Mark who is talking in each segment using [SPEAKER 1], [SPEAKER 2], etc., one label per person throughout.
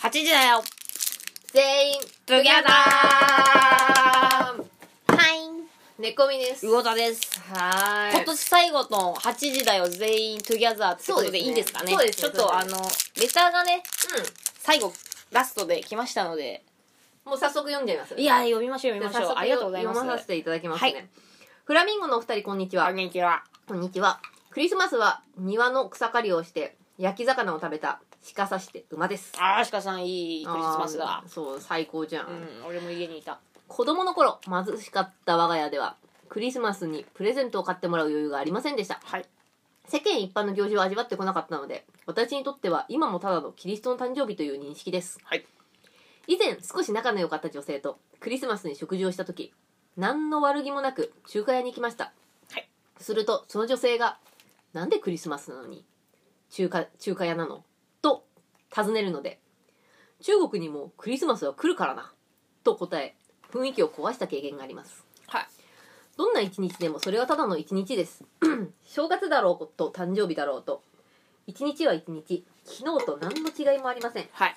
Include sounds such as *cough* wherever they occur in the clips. [SPEAKER 1] 8時だよ
[SPEAKER 2] 全員
[SPEAKER 1] ブギャダー
[SPEAKER 2] はい猫みです
[SPEAKER 1] 魚田です。
[SPEAKER 2] は
[SPEAKER 1] 今年最後の8時だよ全員トゥギャザーってことでいいんですかね
[SPEAKER 2] そうです
[SPEAKER 1] ちょ
[SPEAKER 2] ね
[SPEAKER 1] っとあの、レターがね、
[SPEAKER 2] う
[SPEAKER 1] 最後、ラストで来ましたので、
[SPEAKER 2] んもう早速読んじゃいます
[SPEAKER 1] いや、読みましょう
[SPEAKER 2] じゃ
[SPEAKER 1] 読
[SPEAKER 2] あ
[SPEAKER 1] みましょう。
[SPEAKER 2] 早速
[SPEAKER 1] ありがとうございます。
[SPEAKER 2] 読まさせていただきますね、
[SPEAKER 1] は
[SPEAKER 2] フラミンゴのお二人こんにち
[SPEAKER 1] こ
[SPEAKER 2] は
[SPEAKER 1] んにちは。
[SPEAKER 2] こんにちはクリスマスは庭の草刈りをして焼き魚を食べた鹿刺して馬です
[SPEAKER 1] あー、シカさんいいクリスマスだ
[SPEAKER 2] あー。そう最高じゃん、
[SPEAKER 1] うん、俺も家にいた。
[SPEAKER 2] 子供の頃貧しかった我が家ではクリスマスにプレゼントを買ってもらう余裕がありませんでした
[SPEAKER 1] はい。
[SPEAKER 2] 世間一般の行事を味わってこなかったので私にとっては今もただのキリストの誕生日という認識です、
[SPEAKER 1] はい
[SPEAKER 2] 以前少し仲の良かった女性とクリスマスに食事をした時何の悪気もなく中華屋に行きました、
[SPEAKER 1] はい
[SPEAKER 2] するとその女性が「なんでクリスマスなのに中華中華屋なの?」と尋ねるので「中国にもクリスマスは来るからな」と答え雰囲気を壊した経験があります
[SPEAKER 1] はい。
[SPEAKER 2] どんな一日でもそれはただの一日です。 *clears throat* 正月だろうと誕生日だろうと。一日は一日。昨日と何の違いもありません。
[SPEAKER 1] はい。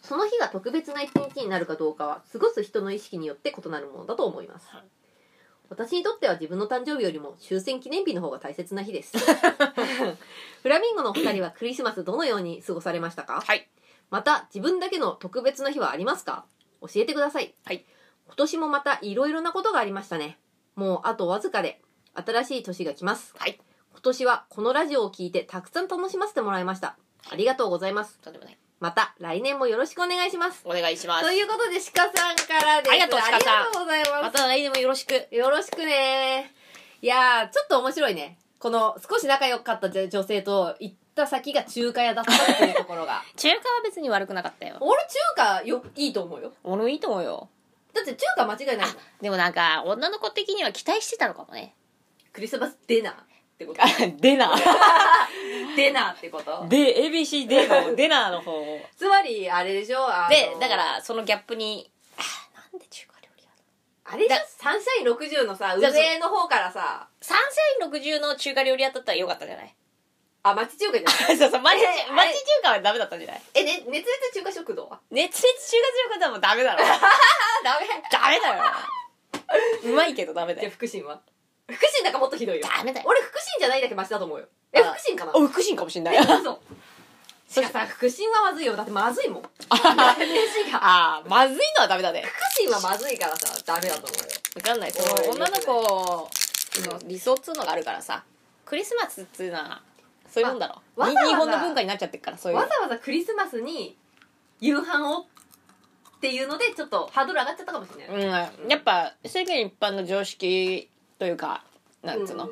[SPEAKER 2] その日が特別な一日になるかどうかは、過ごす人の意識によって異なるものだと思います
[SPEAKER 1] はい。
[SPEAKER 2] 私にとっては自分の誕生日よりも終戦記念日の方が大切な日
[SPEAKER 1] *laughs*
[SPEAKER 2] です。フラミンゴのお二人はクリスマスどのように過ごされましたか
[SPEAKER 1] はい。
[SPEAKER 2] また自分だけの特別な日はありますか教えてください、
[SPEAKER 1] はい
[SPEAKER 2] 今年もまたいろいろなことがありましたねもうあとわずかで新しい年が来ます
[SPEAKER 1] はい。
[SPEAKER 2] 今年はこのラジオを聞いてたくさん楽しませてもらいましたありがとうございます
[SPEAKER 1] とんでもない。
[SPEAKER 2] また来年もよろしくお願いします
[SPEAKER 1] お願いします
[SPEAKER 2] と。いうことで鹿さんからです
[SPEAKER 1] ありがとう鹿さん
[SPEAKER 2] ありがとうござい
[SPEAKER 1] ま
[SPEAKER 2] ます、
[SPEAKER 1] た来年もよろしく。
[SPEAKER 2] よろしくねいやーちょっと面白いねこの少し仲良かった女女性と行った先が中華屋だったっていうところ
[SPEAKER 1] *laughs*
[SPEAKER 2] が
[SPEAKER 1] 中華は別に悪くなかったよ。
[SPEAKER 2] 俺中華よいいと思うよ
[SPEAKER 1] 俺もいいと思うよ。
[SPEAKER 2] だって中華間違いないもん
[SPEAKER 1] でもなんか、女の子的には期待してたのかも *laughs* ね。
[SPEAKER 2] クリスマスディナーってこと
[SPEAKER 1] でな。
[SPEAKER 2] ディナーってこと
[SPEAKER 1] で、ABC での、でなの方。
[SPEAKER 2] つまりあれでしょあ
[SPEAKER 1] で
[SPEAKER 2] の、
[SPEAKER 1] だから、そのギャップに、あーなんで中華料理やる
[SPEAKER 2] あれでしょ
[SPEAKER 1] だ
[SPEAKER 2] サンシャイン60のさ
[SPEAKER 1] じゃあ
[SPEAKER 2] 上の方からさ
[SPEAKER 1] サンシャイン60の中華料理屋だったらよかったんじゃない
[SPEAKER 2] あ町中華じゃな
[SPEAKER 1] *laughs*
[SPEAKER 2] い
[SPEAKER 1] そうそう、町中
[SPEAKER 2] えあれ
[SPEAKER 1] 町中華はダメだったんじゃない
[SPEAKER 2] え、ね、熱烈中華食堂は
[SPEAKER 1] 熱烈中華中華はもうダメだろ。
[SPEAKER 2] あダメ
[SPEAKER 1] ダメだよ。うまいけどダメだ
[SPEAKER 2] じ
[SPEAKER 1] よ
[SPEAKER 2] ゃあ。福神は福神なんかもっとひどいよ
[SPEAKER 1] ダメだよ。
[SPEAKER 2] 俺福神じゃないだけマシだと思うよえ
[SPEAKER 1] あ
[SPEAKER 2] 福神かな
[SPEAKER 1] お、福神かもしんない。
[SPEAKER 2] え嘘しかさ福神はまずいよだってまずいも
[SPEAKER 1] *laughs*
[SPEAKER 2] ん飯が
[SPEAKER 1] ああ、まずいのはダメだね。
[SPEAKER 2] 福神はまずいからさダメだと思うよ
[SPEAKER 1] わかんない。そ
[SPEAKER 2] おい
[SPEAKER 1] の
[SPEAKER 2] よくな
[SPEAKER 1] 女
[SPEAKER 2] い
[SPEAKER 1] の子の理想っつうのがあるからさ、クリスマスっつうのは、そういうもんだろ。
[SPEAKER 2] まあ
[SPEAKER 1] に
[SPEAKER 2] わざわざ
[SPEAKER 1] 日本の文化になっちゃってるから、そういう
[SPEAKER 2] わ。ざわざクリスマスに夕飯をっていうのでちょっとハードル上がっちゃったかもしれない、
[SPEAKER 1] うん、やっぱ世間一般の常識というかなんつうの、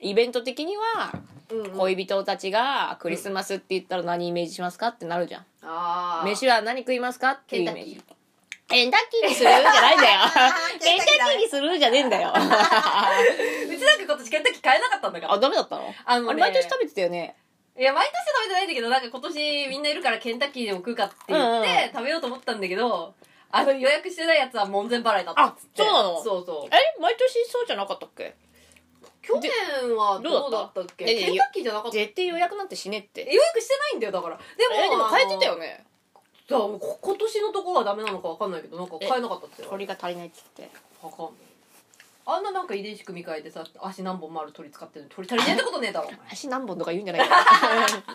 [SPEAKER 1] イベント的には
[SPEAKER 2] うんうん
[SPEAKER 1] 恋人たちがクリスマスって言ったら何イメージしますかってなるじゃん、
[SPEAKER 2] ああ
[SPEAKER 1] 飯は何食いますかっていうイメー
[SPEAKER 2] ケン
[SPEAKER 1] ジケンタッキーにするじゃないんだよ *laughs*
[SPEAKER 2] ケ
[SPEAKER 1] ケ
[SPEAKER 2] ン
[SPEAKER 1] ン
[SPEAKER 2] タ
[SPEAKER 1] タ
[SPEAKER 2] ッキーだ
[SPEAKER 1] ッキーにするじゃねえん *laughs* だよ
[SPEAKER 2] うちなんか今年ケンタッキー買えなかったんだから
[SPEAKER 1] あダメだったの
[SPEAKER 2] あ
[SPEAKER 1] あれ毎年食べてたよね
[SPEAKER 2] べいや毎年食べてないんだけどなんか今年みんないるからケンタッキーでも食うかって言って、
[SPEAKER 1] うんうん
[SPEAKER 2] 食べようと思ったんだけどあの予約してないやつは門前払いだったっつって
[SPEAKER 1] あそうなの
[SPEAKER 2] そうそう
[SPEAKER 1] え毎年そうじゃなかったっけ
[SPEAKER 2] 去年はど
[SPEAKER 1] ど
[SPEAKER 2] う
[SPEAKER 1] う
[SPEAKER 2] だ
[SPEAKER 1] だ
[SPEAKER 2] っ
[SPEAKER 1] った
[SPEAKER 2] っけ
[SPEAKER 1] ねえねえ
[SPEAKER 2] ケンタッキーじゃなかった予
[SPEAKER 1] 絶対予約なんてしねって
[SPEAKER 2] 約してないんだよだからで
[SPEAKER 1] え
[SPEAKER 2] も
[SPEAKER 1] でも変えてた
[SPEAKER 2] あ
[SPEAKER 1] よ
[SPEAKER 2] の
[SPEAKER 1] ね
[SPEAKER 2] だからもうこ今年のところはダメなのかわかんないけどなんか買えなかったっすよ
[SPEAKER 1] 鳥が足りないっつって
[SPEAKER 2] わかんないあんななんか遺伝子組み換えてさ足何本もある鳥使ってるのに鳥足りないってことねえだろお前だ
[SPEAKER 1] 足何本とか言うんじゃない *laughs* か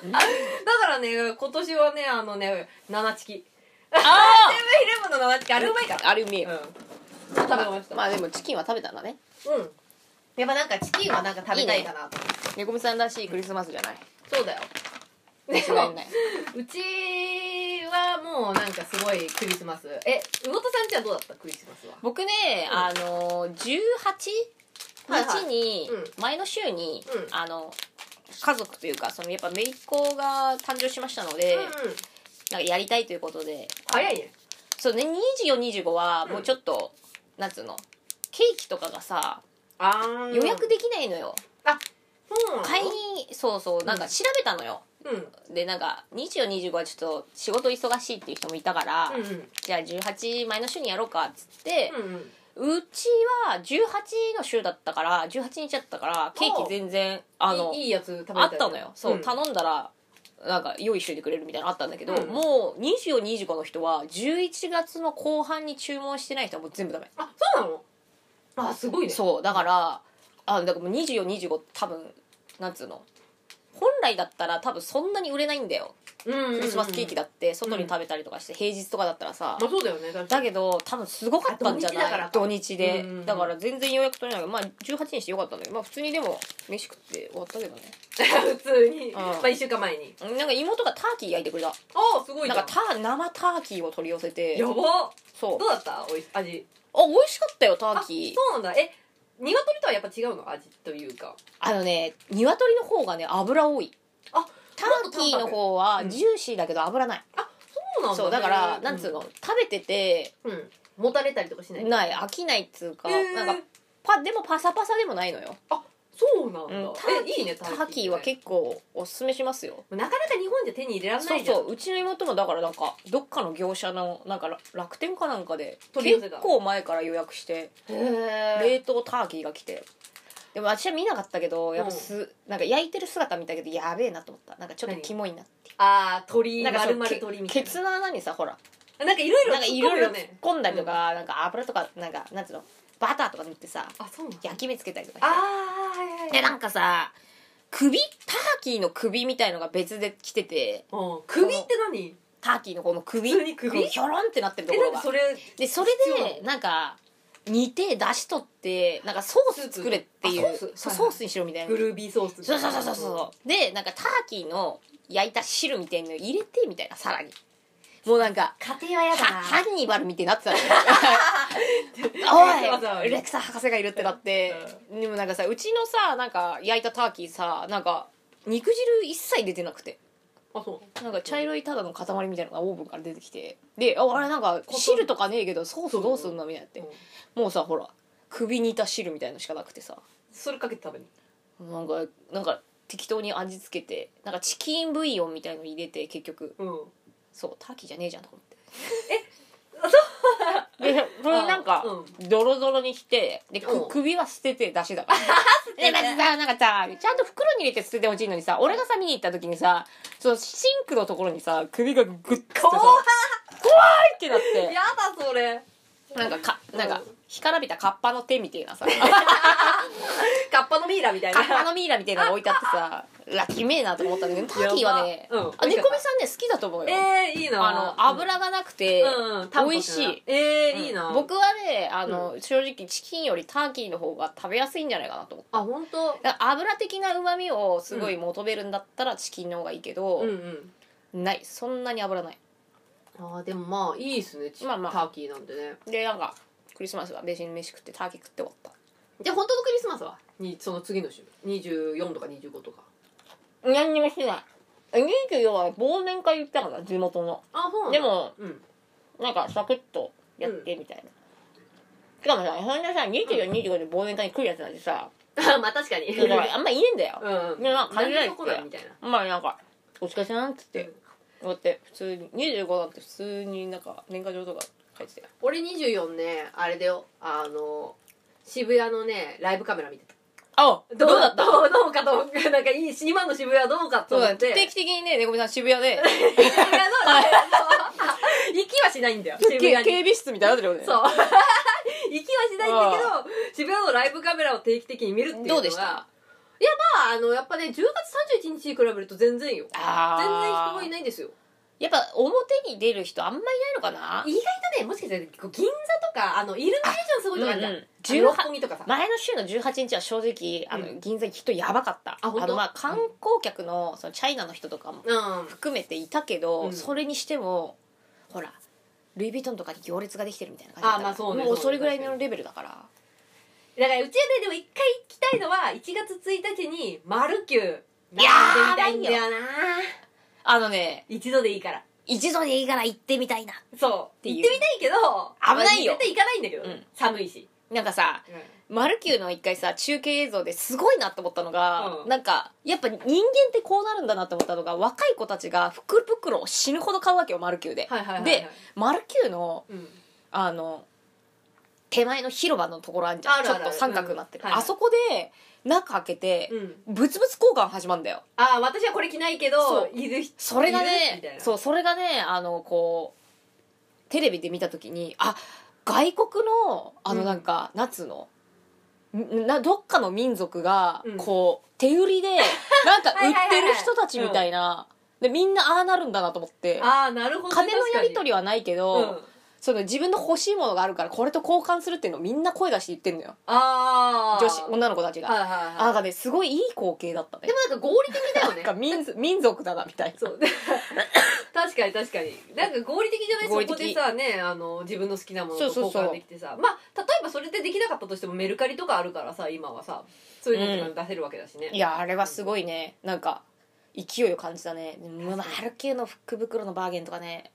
[SPEAKER 1] な
[SPEAKER 2] からね今年はねあのね七チキセ
[SPEAKER 1] あ
[SPEAKER 2] ブンイレブンの七チキあれうまいから
[SPEAKER 1] ああれうめえよ
[SPEAKER 2] うん食べました、
[SPEAKER 1] まあでもチキンは食べたんだね
[SPEAKER 2] うんやっぱなんかチキンはなんか食べたいかなと思って
[SPEAKER 1] 猫みさんらしいクリスマスじゃない
[SPEAKER 2] そうだよで
[SPEAKER 1] 間違い
[SPEAKER 2] も
[SPEAKER 1] ないう
[SPEAKER 2] ちはもうなんかすごいクリスマスえ魚田さんちはどうだったクリスマスは
[SPEAKER 1] 僕ね、
[SPEAKER 2] うん
[SPEAKER 1] あの18
[SPEAKER 2] はいはい
[SPEAKER 1] 日に、
[SPEAKER 2] う
[SPEAKER 1] 前の週に、
[SPEAKER 2] うん
[SPEAKER 1] あの家族というかそのやっぱ姪っ子が誕生しましたので、
[SPEAKER 2] うんうん
[SPEAKER 1] なんかやりたいということで
[SPEAKER 2] 早いね
[SPEAKER 1] そうね2425はもうちょっと、なんつうのケーキとかがさ
[SPEAKER 2] あ
[SPEAKER 1] 予約できないのよ、
[SPEAKER 2] そうなの
[SPEAKER 1] 買いにそうそうなんか調べたのよ、
[SPEAKER 2] うん
[SPEAKER 1] でなんか2425はちょっと仕事忙しいっていう人もいたから、
[SPEAKER 2] うんうん
[SPEAKER 1] じゃあ18前の週にやろうかっつって、
[SPEAKER 2] うんうん
[SPEAKER 1] うちは18の週だったから18日だったからケーキ全然あの
[SPEAKER 2] いいいいやつ食べた
[SPEAKER 1] あったのよそう、
[SPEAKER 2] ん
[SPEAKER 1] 頼んだらなんか用意しといてくれるみたいなのあったんだけど、
[SPEAKER 2] うん
[SPEAKER 1] もう2425の人は11月の後半に注文してない人はもう全部ダメ、
[SPEAKER 2] あそうなのあすごいね
[SPEAKER 1] そうだからあだからもう2425多分なんつうの本来だったら多分そんなに売れないんだよ
[SPEAKER 2] うん
[SPEAKER 1] クリスマスケーキ
[SPEAKER 2] だ
[SPEAKER 1] だって外に食べたりとかして、平日とかだったらさ、
[SPEAKER 2] まあそうだよね確か
[SPEAKER 1] だ
[SPEAKER 2] に
[SPEAKER 1] けど多分すごかったんじゃない
[SPEAKER 2] あ土日だからか
[SPEAKER 1] 土日で、
[SPEAKER 2] うんうんうん
[SPEAKER 1] だから全然予約取れないまあ18にしてよかったんだけどまあ普通にでも飯食って終わったけどね
[SPEAKER 2] 普通に、
[SPEAKER 1] ん
[SPEAKER 2] まあ1週間前に
[SPEAKER 1] なんか妹がターキー焼いてくれた
[SPEAKER 2] ああすごい
[SPEAKER 1] なん
[SPEAKER 2] じゃん
[SPEAKER 1] かた生ターキーを取り寄せて
[SPEAKER 2] やば
[SPEAKER 1] そう
[SPEAKER 2] どうだったおい味
[SPEAKER 1] あ美味しかったよタ
[SPEAKER 2] あ
[SPEAKER 1] ー
[SPEAKER 2] そ
[SPEAKER 1] キー
[SPEAKER 2] うなんだえ鶏とはやっぱ違うの味というか
[SPEAKER 1] あのね鶏の方がね油多い
[SPEAKER 2] あ
[SPEAKER 1] ターキーの方はジューシーだけど油ない、
[SPEAKER 2] そうなんだ、ね、
[SPEAKER 1] そうだからなんつうの、食べてて
[SPEAKER 2] うんもたれたりとかしない
[SPEAKER 1] ない飽きないっつうか、
[SPEAKER 2] へー
[SPEAKER 1] なんかパでもパサパサでもないのよ
[SPEAKER 2] そうなんだ、
[SPEAKER 1] うん
[SPEAKER 2] えいいね
[SPEAKER 1] ターキーは結構おすすめしますよ
[SPEAKER 2] なかなか日本じゃ手に入れられな
[SPEAKER 1] そ
[SPEAKER 2] いうじゃん
[SPEAKER 1] そううちの妹もだからなんかどっかの業者のなんか楽天かなんかで
[SPEAKER 2] 取り寄せ
[SPEAKER 1] 結
[SPEAKER 2] た
[SPEAKER 1] 構前から予約して
[SPEAKER 2] へえ
[SPEAKER 1] 冷凍ターキーが来てでも私は見なかったけどやっぱす、なんか焼いてる姿見たけどやべえなと思ったなんかちょっと
[SPEAKER 2] 何
[SPEAKER 1] キモいなって
[SPEAKER 2] ああ鳥
[SPEAKER 1] なんか
[SPEAKER 2] 丸
[SPEAKER 1] そう
[SPEAKER 2] 々
[SPEAKER 1] け
[SPEAKER 2] 鳥みたい
[SPEAKER 1] ケ
[SPEAKER 2] な
[SPEAKER 1] ツの穴にさほら
[SPEAKER 2] なんかいろいろ
[SPEAKER 1] なんかいろいろ
[SPEAKER 2] 突っ込むよ
[SPEAKER 1] 突っ
[SPEAKER 2] ね
[SPEAKER 1] 込んだりとか、なんか油とかなんかなんつうのバターとか塗ってさ
[SPEAKER 2] あそうなんだ
[SPEAKER 1] 焼き目つけたりとかして
[SPEAKER 2] あーはいはいはい
[SPEAKER 1] でなんかさ首ターキーの首みたいのが別で来てて
[SPEAKER 2] うん首って何
[SPEAKER 1] ターキーのこの首
[SPEAKER 2] 普通に首
[SPEAKER 1] こうひょろんってなってると
[SPEAKER 2] え
[SPEAKER 1] ころ
[SPEAKER 2] なんか
[SPEAKER 1] が
[SPEAKER 2] それ
[SPEAKER 1] でそれでなんか煮て出しとってなんかソース作れっていう
[SPEAKER 2] スープあソース
[SPEAKER 1] そう
[SPEAKER 2] はい
[SPEAKER 1] ソースにしろみたいな
[SPEAKER 2] グルービーソース
[SPEAKER 1] そうそうそうそうそうでなんかターキーの焼いた汁みたいの入れてみたいなさらにもうなんか
[SPEAKER 2] 家庭
[SPEAKER 1] ハ
[SPEAKER 2] はやだな
[SPEAKER 1] ハンニバルみたいになってた
[SPEAKER 2] *laughs*
[SPEAKER 1] のよ
[SPEAKER 2] わざわ
[SPEAKER 1] お
[SPEAKER 2] ざ
[SPEAKER 1] いレクサ博士がいるってなってでもなんかさうちのさなんか焼いたターキーさなんか肉汁一切出てなくて
[SPEAKER 2] あそう
[SPEAKER 1] なんか茶色いただの塊みたいなのがオーブンから出てきてでああれなんか汁とかねえけどソースどうすんのみたいになって
[SPEAKER 2] うん
[SPEAKER 1] もうさほら首にいた汁みたいのしかなくてさ
[SPEAKER 2] それかけて食べる
[SPEAKER 1] なんかなんか適当に味付けてなんかチキンブイヨンみたいの入れて結局
[SPEAKER 2] うん
[SPEAKER 1] そうターキーじゃねえじゃんと思って
[SPEAKER 2] あ
[SPEAKER 1] えそう *laughs* でそれなんか
[SPEAKER 2] あ
[SPEAKER 1] ドロドロにしてでく
[SPEAKER 2] うん
[SPEAKER 1] 首は捨てて出しだ
[SPEAKER 2] *laughs*
[SPEAKER 1] から
[SPEAKER 2] て
[SPEAKER 1] でまずさなんかさちゃんと袋に入れて捨ててほしいのにさ俺がさ見に行った時にさそのシンクのところにさ首がグッてさ
[SPEAKER 2] 怖っ
[SPEAKER 1] 怖いってなっ
[SPEAKER 2] や
[SPEAKER 1] て
[SPEAKER 2] だそれ
[SPEAKER 1] なんかか
[SPEAKER 2] うん
[SPEAKER 1] なんか干からびたカッパの手みたいなさ
[SPEAKER 2] カッパのミイラみた
[SPEAKER 1] *laughs*
[SPEAKER 2] い
[SPEAKER 1] カ
[SPEAKER 2] な
[SPEAKER 1] ッパのミイラみたいなの置いてあってさうわきめえなと思ったんだけどターキーはね、
[SPEAKER 2] やばうん
[SPEAKER 1] あ猫目さんね好きだと思うよ、
[SPEAKER 2] えーいいな
[SPEAKER 1] あの油がなくて、
[SPEAKER 2] うんうん淡泊な
[SPEAKER 1] 美味しい
[SPEAKER 2] えーいいな
[SPEAKER 1] 僕はねあの、正直チキンよりターキーの方が食べやすいんじゃないかなと思って
[SPEAKER 2] あ本当
[SPEAKER 1] だから油的な旨味をすごい求めるんだったらチキンの方がいいけど
[SPEAKER 2] うん、うん
[SPEAKER 1] ないそんなに油ない
[SPEAKER 2] あーでもまあいいですねち
[SPEAKER 1] まあまあ
[SPEAKER 2] ターキーなんでね
[SPEAKER 1] でなんかクリスマスは別に飯食ってターキー食って終わっ
[SPEAKER 2] じゃあ本当のクリスマスはにその次の週24とか25とか
[SPEAKER 1] た何にもしてない24は忘年会行ったから地元の
[SPEAKER 2] あそうなんだ
[SPEAKER 1] でも *laughs*
[SPEAKER 2] うん
[SPEAKER 1] なんかサクッとやってみたいな、しかもさそんなさ2425で忘年会に来るやつなんてさ、
[SPEAKER 2] あまあ確かに
[SPEAKER 1] *laughs* だからあんまいねえんだよ、
[SPEAKER 2] うん
[SPEAKER 1] でまあ限られて
[SPEAKER 2] 何でそこなんみたいな
[SPEAKER 1] まあなんか「お疲れさん」っつって、こうやって普通に25だって普通になんか年賀状とか書いてたよ
[SPEAKER 2] 俺24ねあれだよあの渋谷のねライブカメラ見てた
[SPEAKER 1] あどうだった
[SPEAKER 2] どうどうかと思ってなんかいい今の渋谷はどうかと
[SPEAKER 1] そう
[SPEAKER 2] 思
[SPEAKER 1] だ
[SPEAKER 2] っ
[SPEAKER 1] ね
[SPEAKER 2] て
[SPEAKER 1] 定期的にね猫みさん渋谷 *laughs* で
[SPEAKER 2] 渋谷のライブ行きはしないんだよ渋
[SPEAKER 1] け
[SPEAKER 2] 谷
[SPEAKER 1] 警
[SPEAKER 2] に
[SPEAKER 1] 備室みたいになってるよね
[SPEAKER 2] そう *laughs* 行きはしないんだけど渋谷のライブカメラを定期的に見るっていうのが
[SPEAKER 1] どうでした
[SPEAKER 2] いやまああのやっぱね10月31日に比べると全然よ全然
[SPEAKER 1] あ
[SPEAKER 2] 人
[SPEAKER 1] ー
[SPEAKER 2] もいないんですよ
[SPEAKER 1] やっぱ表に出る人あんまいないのかな
[SPEAKER 2] 意外とねもしかしたらこう銀座とかあのイルミネーションすごいとかあるじゃん、
[SPEAKER 1] うんうん
[SPEAKER 2] あの六本木とかさ、
[SPEAKER 1] 前の週の18日は正直あ
[SPEAKER 2] う
[SPEAKER 1] の銀座人やばかった、
[SPEAKER 2] あ本当
[SPEAKER 1] のまあ観光客のそのチャイナの人とかも
[SPEAKER 2] うん
[SPEAKER 1] 含めていたけど、
[SPEAKER 2] うん
[SPEAKER 1] それにしてもほらルイ・ヴィトンとかに行列ができてるみたいな感じ
[SPEAKER 2] あまあそうね
[SPEAKER 1] もう
[SPEAKER 2] そ
[SPEAKER 1] そう
[SPEAKER 2] ね
[SPEAKER 1] れぐらいのレベルだから
[SPEAKER 2] だからうちはねでも一回行きたいのは1月1日にマルキュー
[SPEAKER 1] いやー
[SPEAKER 2] 並んでみたいんだよな
[SPEAKER 1] あのね
[SPEAKER 2] 一度でいいから
[SPEAKER 1] 一度でいいから行ってみたいな
[SPEAKER 2] そう
[SPEAKER 1] ていう
[SPEAKER 2] 行ってみたいけど
[SPEAKER 1] 危ないよ
[SPEAKER 2] まあ絶対行かないんだけど、
[SPEAKER 1] うん
[SPEAKER 2] 寒いし、
[SPEAKER 1] なんかさマルキューの一回さ中継映像ですごいなと思ったのが、
[SPEAKER 2] うん
[SPEAKER 1] なんかやっぱ人間ってこうなるんだなと思ったのが若い子たちが福袋を死ぬほど買うわけよマルキューで、
[SPEAKER 2] はいはいはいはい
[SPEAKER 1] でマルキューの
[SPEAKER 2] うん
[SPEAKER 1] あの手前の広場のところあんじゃん
[SPEAKER 2] あるあるある
[SPEAKER 1] ちょっと三角になってる、
[SPEAKER 2] うんはい
[SPEAKER 1] あそこで中開けて、
[SPEAKER 2] うん、
[SPEAKER 1] ブツブツ交換始まるんだよ
[SPEAKER 2] ああ私はこれ着ないけ
[SPEAKER 1] そ
[SPEAKER 2] ど
[SPEAKER 1] う
[SPEAKER 2] いる人
[SPEAKER 1] それが
[SPEAKER 2] みたい
[SPEAKER 1] ね
[SPEAKER 2] な
[SPEAKER 1] そうそれがねあのこうテレビで見た時にあ外国のあ
[SPEAKER 2] う
[SPEAKER 1] の
[SPEAKER 2] ん
[SPEAKER 1] なんか、夏のんなどっかの民族が
[SPEAKER 2] うん
[SPEAKER 1] こう、手売り
[SPEAKER 2] *laughs*
[SPEAKER 1] でなんか売ってる人たちみたいなでみんなああなるんだなと思って
[SPEAKER 2] ああなるほどね、
[SPEAKER 1] 金のやり取
[SPEAKER 2] り
[SPEAKER 1] りはないけど、
[SPEAKER 2] うん、
[SPEAKER 1] その自分の欲しいものがあるからこれと交換するっていうのをみんな声出して言ってんのよ
[SPEAKER 2] ああ
[SPEAKER 1] 女子女の子たちが、
[SPEAKER 2] はいはい
[SPEAKER 1] あ
[SPEAKER 2] は
[SPEAKER 1] なんかねすごいいい光景だった
[SPEAKER 2] い
[SPEAKER 1] ね
[SPEAKER 2] でもなんか合理的だよ
[SPEAKER 1] な
[SPEAKER 2] ね
[SPEAKER 1] ん
[SPEAKER 2] *laughs*
[SPEAKER 1] か民族民族だなみたいな
[SPEAKER 2] そう *coughs* 確かに確かになんか合理的じゃない
[SPEAKER 1] 合理
[SPEAKER 2] そ
[SPEAKER 1] 的
[SPEAKER 2] こでさねあの自分の好きなものと
[SPEAKER 1] そう
[SPEAKER 2] 交
[SPEAKER 1] そうそう
[SPEAKER 2] 換できてさまあ例えばそれでできなかったとしてもメルカリとかあるからさ今はさそういうのとか出せるわけだしね、
[SPEAKER 1] いやあれはすごいねなんか勢いを感じたねマルキューの福袋のバーゲンとかね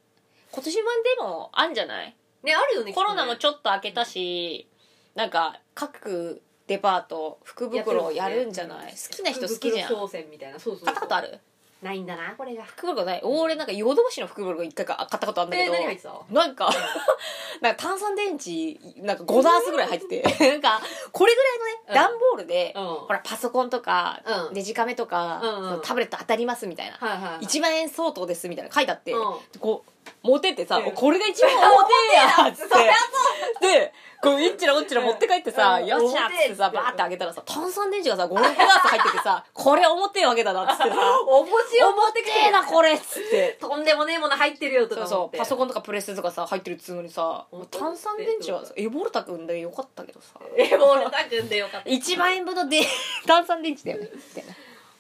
[SPEAKER 1] 今年版でもあんじゃない
[SPEAKER 2] ねあるよね
[SPEAKER 1] コロナもち
[SPEAKER 2] ょっ
[SPEAKER 1] ょっと明けたしなんか各デパート福袋をやるんじゃない好きな人好きじゃん買
[SPEAKER 2] 商戦みたいなそうそうそう
[SPEAKER 1] ったことある
[SPEAKER 2] ないんだなこれが
[SPEAKER 1] 福袋ない俺なんかヨドバシの福袋が一回か買ったことあるんだけ
[SPEAKER 2] えー、
[SPEAKER 1] ど、
[SPEAKER 2] 何入ってた
[SPEAKER 1] なんか *laughs* なんか炭酸電池なんか5ダースぐらい入ってて *laughs* なんかこれぐらいのね段ボールで、
[SPEAKER 2] うん
[SPEAKER 1] ほらパソコンとか、
[SPEAKER 2] うん
[SPEAKER 1] デジカメとか、
[SPEAKER 2] うんうん
[SPEAKER 1] そのタブレット当たりますみたいな、
[SPEAKER 2] はいはいはい
[SPEAKER 1] 1万円相当ですみたいな書いてあって、
[SPEAKER 2] う
[SPEAKER 1] こう持ってってさ、
[SPEAKER 2] うん
[SPEAKER 1] おこれが一
[SPEAKER 2] *laughs*
[SPEAKER 1] 番表やっつってでこういっちらおっちら持って帰ってさ、
[SPEAKER 2] うん
[SPEAKER 1] よっしゃっつってさ
[SPEAKER 2] 表
[SPEAKER 1] バーって開けたらさ炭酸電池がさ5 6ダース入っててさこれ表わけだなっつってさ
[SPEAKER 2] *laughs* あお餅を持ってき
[SPEAKER 1] 表えなこれっつって
[SPEAKER 2] とんでもねえもの入ってるよと
[SPEAKER 1] そ
[SPEAKER 2] か
[SPEAKER 1] うそうパソ
[SPEAKER 2] コ
[SPEAKER 1] コ
[SPEAKER 2] ン
[SPEAKER 1] ンとかプレステとかさ入ってるっつうのにさ
[SPEAKER 2] 本当
[SPEAKER 1] 炭酸電池は
[SPEAKER 2] どうだ
[SPEAKER 1] エボルタ君でよかったけどさ
[SPEAKER 2] *laughs* えもう俺たくんでよかった
[SPEAKER 1] 1万円分ので *laughs* 炭酸電池だよねみたいな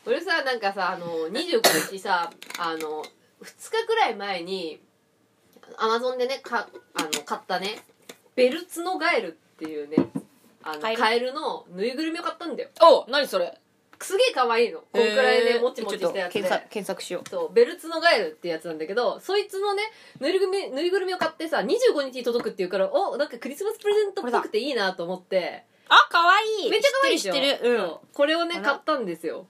[SPEAKER 2] 俺さなんかさあの25日さあの2日くらい前にアマゾンでねかあの買ったねベルツノガエルっていうねあの
[SPEAKER 1] カエル
[SPEAKER 2] カエルのぬいぐるみを買ったんだよ
[SPEAKER 1] お何それ
[SPEAKER 2] すげえ可愛いのこんくらいでもちもちしたやつ
[SPEAKER 1] えーちょっと検索
[SPEAKER 2] で
[SPEAKER 1] 検索しよう
[SPEAKER 2] そうベルツノガエルってやつなんだけどそいつのねぬいぐるみぬいぐるみを買ってさ25日に届くっていうからおなんかクリスマスプレゼントっぽくていいなと思って
[SPEAKER 1] あ可愛い
[SPEAKER 2] めっちゃ可愛いで
[SPEAKER 1] 知
[SPEAKER 2] し
[SPEAKER 1] っ
[SPEAKER 2] ょ
[SPEAKER 1] てる知ってるうん
[SPEAKER 2] そうこれをね
[SPEAKER 1] あら
[SPEAKER 2] 買ったんですよ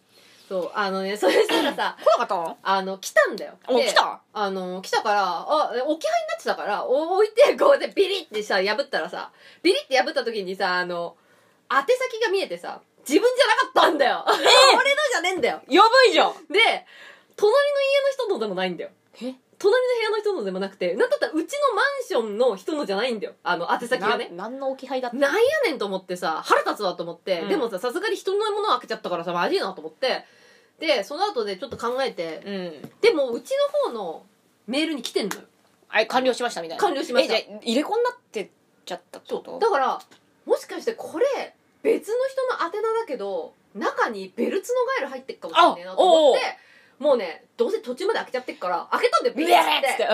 [SPEAKER 2] そうあのねそれしたらさ
[SPEAKER 1] 来なかったの
[SPEAKER 2] あの、来たんだよ。
[SPEAKER 1] お
[SPEAKER 2] で
[SPEAKER 1] 来た
[SPEAKER 2] あの、来たから、あ、え置き配になってたから、お置いて、こうでビリってさ、破ったらさ、ビリって破った時にさ、あの、宛先が見えてさ、自分じゃなかったんだよ。 *laughs* 俺のじゃねえんだよ。
[SPEAKER 1] やばいじゃん
[SPEAKER 2] で、隣の家の人のでもないんだよ。
[SPEAKER 1] え
[SPEAKER 2] 隣の部屋の人のでもなくて、なんだったらうちのマンションの人のじゃないんだよ。あの、宛先がね。
[SPEAKER 1] 何の置き配だった
[SPEAKER 2] なんやねんと思ってさ、腹立つわと思って、
[SPEAKER 1] うん
[SPEAKER 2] でもさ、さすがに人のものを開けちゃったからさ、まずいなと思って、で、その後でちょっと考えて、
[SPEAKER 1] うん
[SPEAKER 2] でもうちの方のメールに来てんのよ
[SPEAKER 1] あれ完了しましたみたいな
[SPEAKER 2] 完了しました
[SPEAKER 1] えじゃあ入れ子になってっちゃったってこと
[SPEAKER 2] だからもしかしてこれ別の人の宛名だけど中にベルツノガエル入ってっかもしれないなと思ってもうねどうせ途中まで開けちゃってっから開けたんだよビリッ
[SPEAKER 1] ビリッ
[SPEAKER 2] て
[SPEAKER 1] つって
[SPEAKER 2] で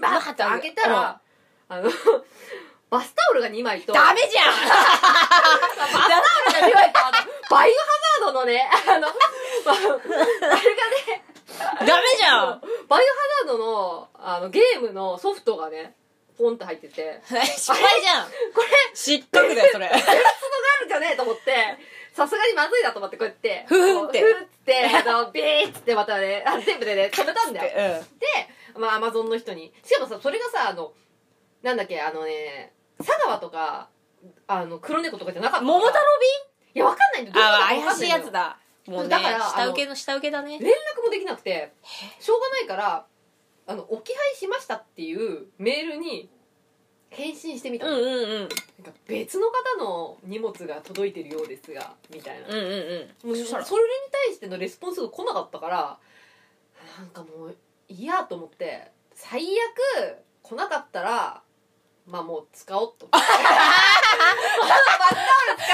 [SPEAKER 2] バーって開けたら、あの *laughs* バスタオルが2枚と
[SPEAKER 1] ダメじゃん
[SPEAKER 2] バスタオルが2枚とあの *laughs* バイオハザードのねあの *laughs* あのあれがね
[SPEAKER 1] *laughs* ダメじ
[SPEAKER 2] *laughs*
[SPEAKER 1] ゃん
[SPEAKER 2] バイオハザードのあのゲームのソフトがねポンって入ってて
[SPEAKER 1] *laughs* 失敗じゃん
[SPEAKER 2] これ
[SPEAKER 1] 失格だよそれ
[SPEAKER 2] あるじゃねえと思って、さすがにまずいなと思って、こうやって、
[SPEAKER 1] ふーんって
[SPEAKER 2] ふーんって、あの、ビ *laughs* ーッつってまたね、あ全部でね、止めた
[SPEAKER 1] *laughs*
[SPEAKER 2] んだよ。
[SPEAKER 1] うん
[SPEAKER 2] で、まあ、アマゾンの人に。しかもさ、それがさ、あの、なんだっけ、あのね、佐川とか、あの、黒猫とかじゃなかったから
[SPEAKER 1] 桃太郎
[SPEAKER 2] いや、わかんないんだよ。どこだかわかん
[SPEAKER 1] 便
[SPEAKER 2] なのよ
[SPEAKER 1] だもうね
[SPEAKER 2] だから
[SPEAKER 1] 下請けの下請けだね
[SPEAKER 2] 連絡もできなくて、しょうがないから、あの、置き配しましたっていうメールに、返信してみた
[SPEAKER 1] うん
[SPEAKER 2] の、
[SPEAKER 1] うんうん
[SPEAKER 2] なんか別の方の荷物が届いてるようですが、みたいな。
[SPEAKER 1] うんうん
[SPEAKER 2] もう
[SPEAKER 1] そ
[SPEAKER 2] そ
[SPEAKER 1] した
[SPEAKER 2] れ
[SPEAKER 1] ら
[SPEAKER 2] に対してのレスポンスが来なかったからなんかもう嫌と思って最悪来なかったらまあもう使おうと思っ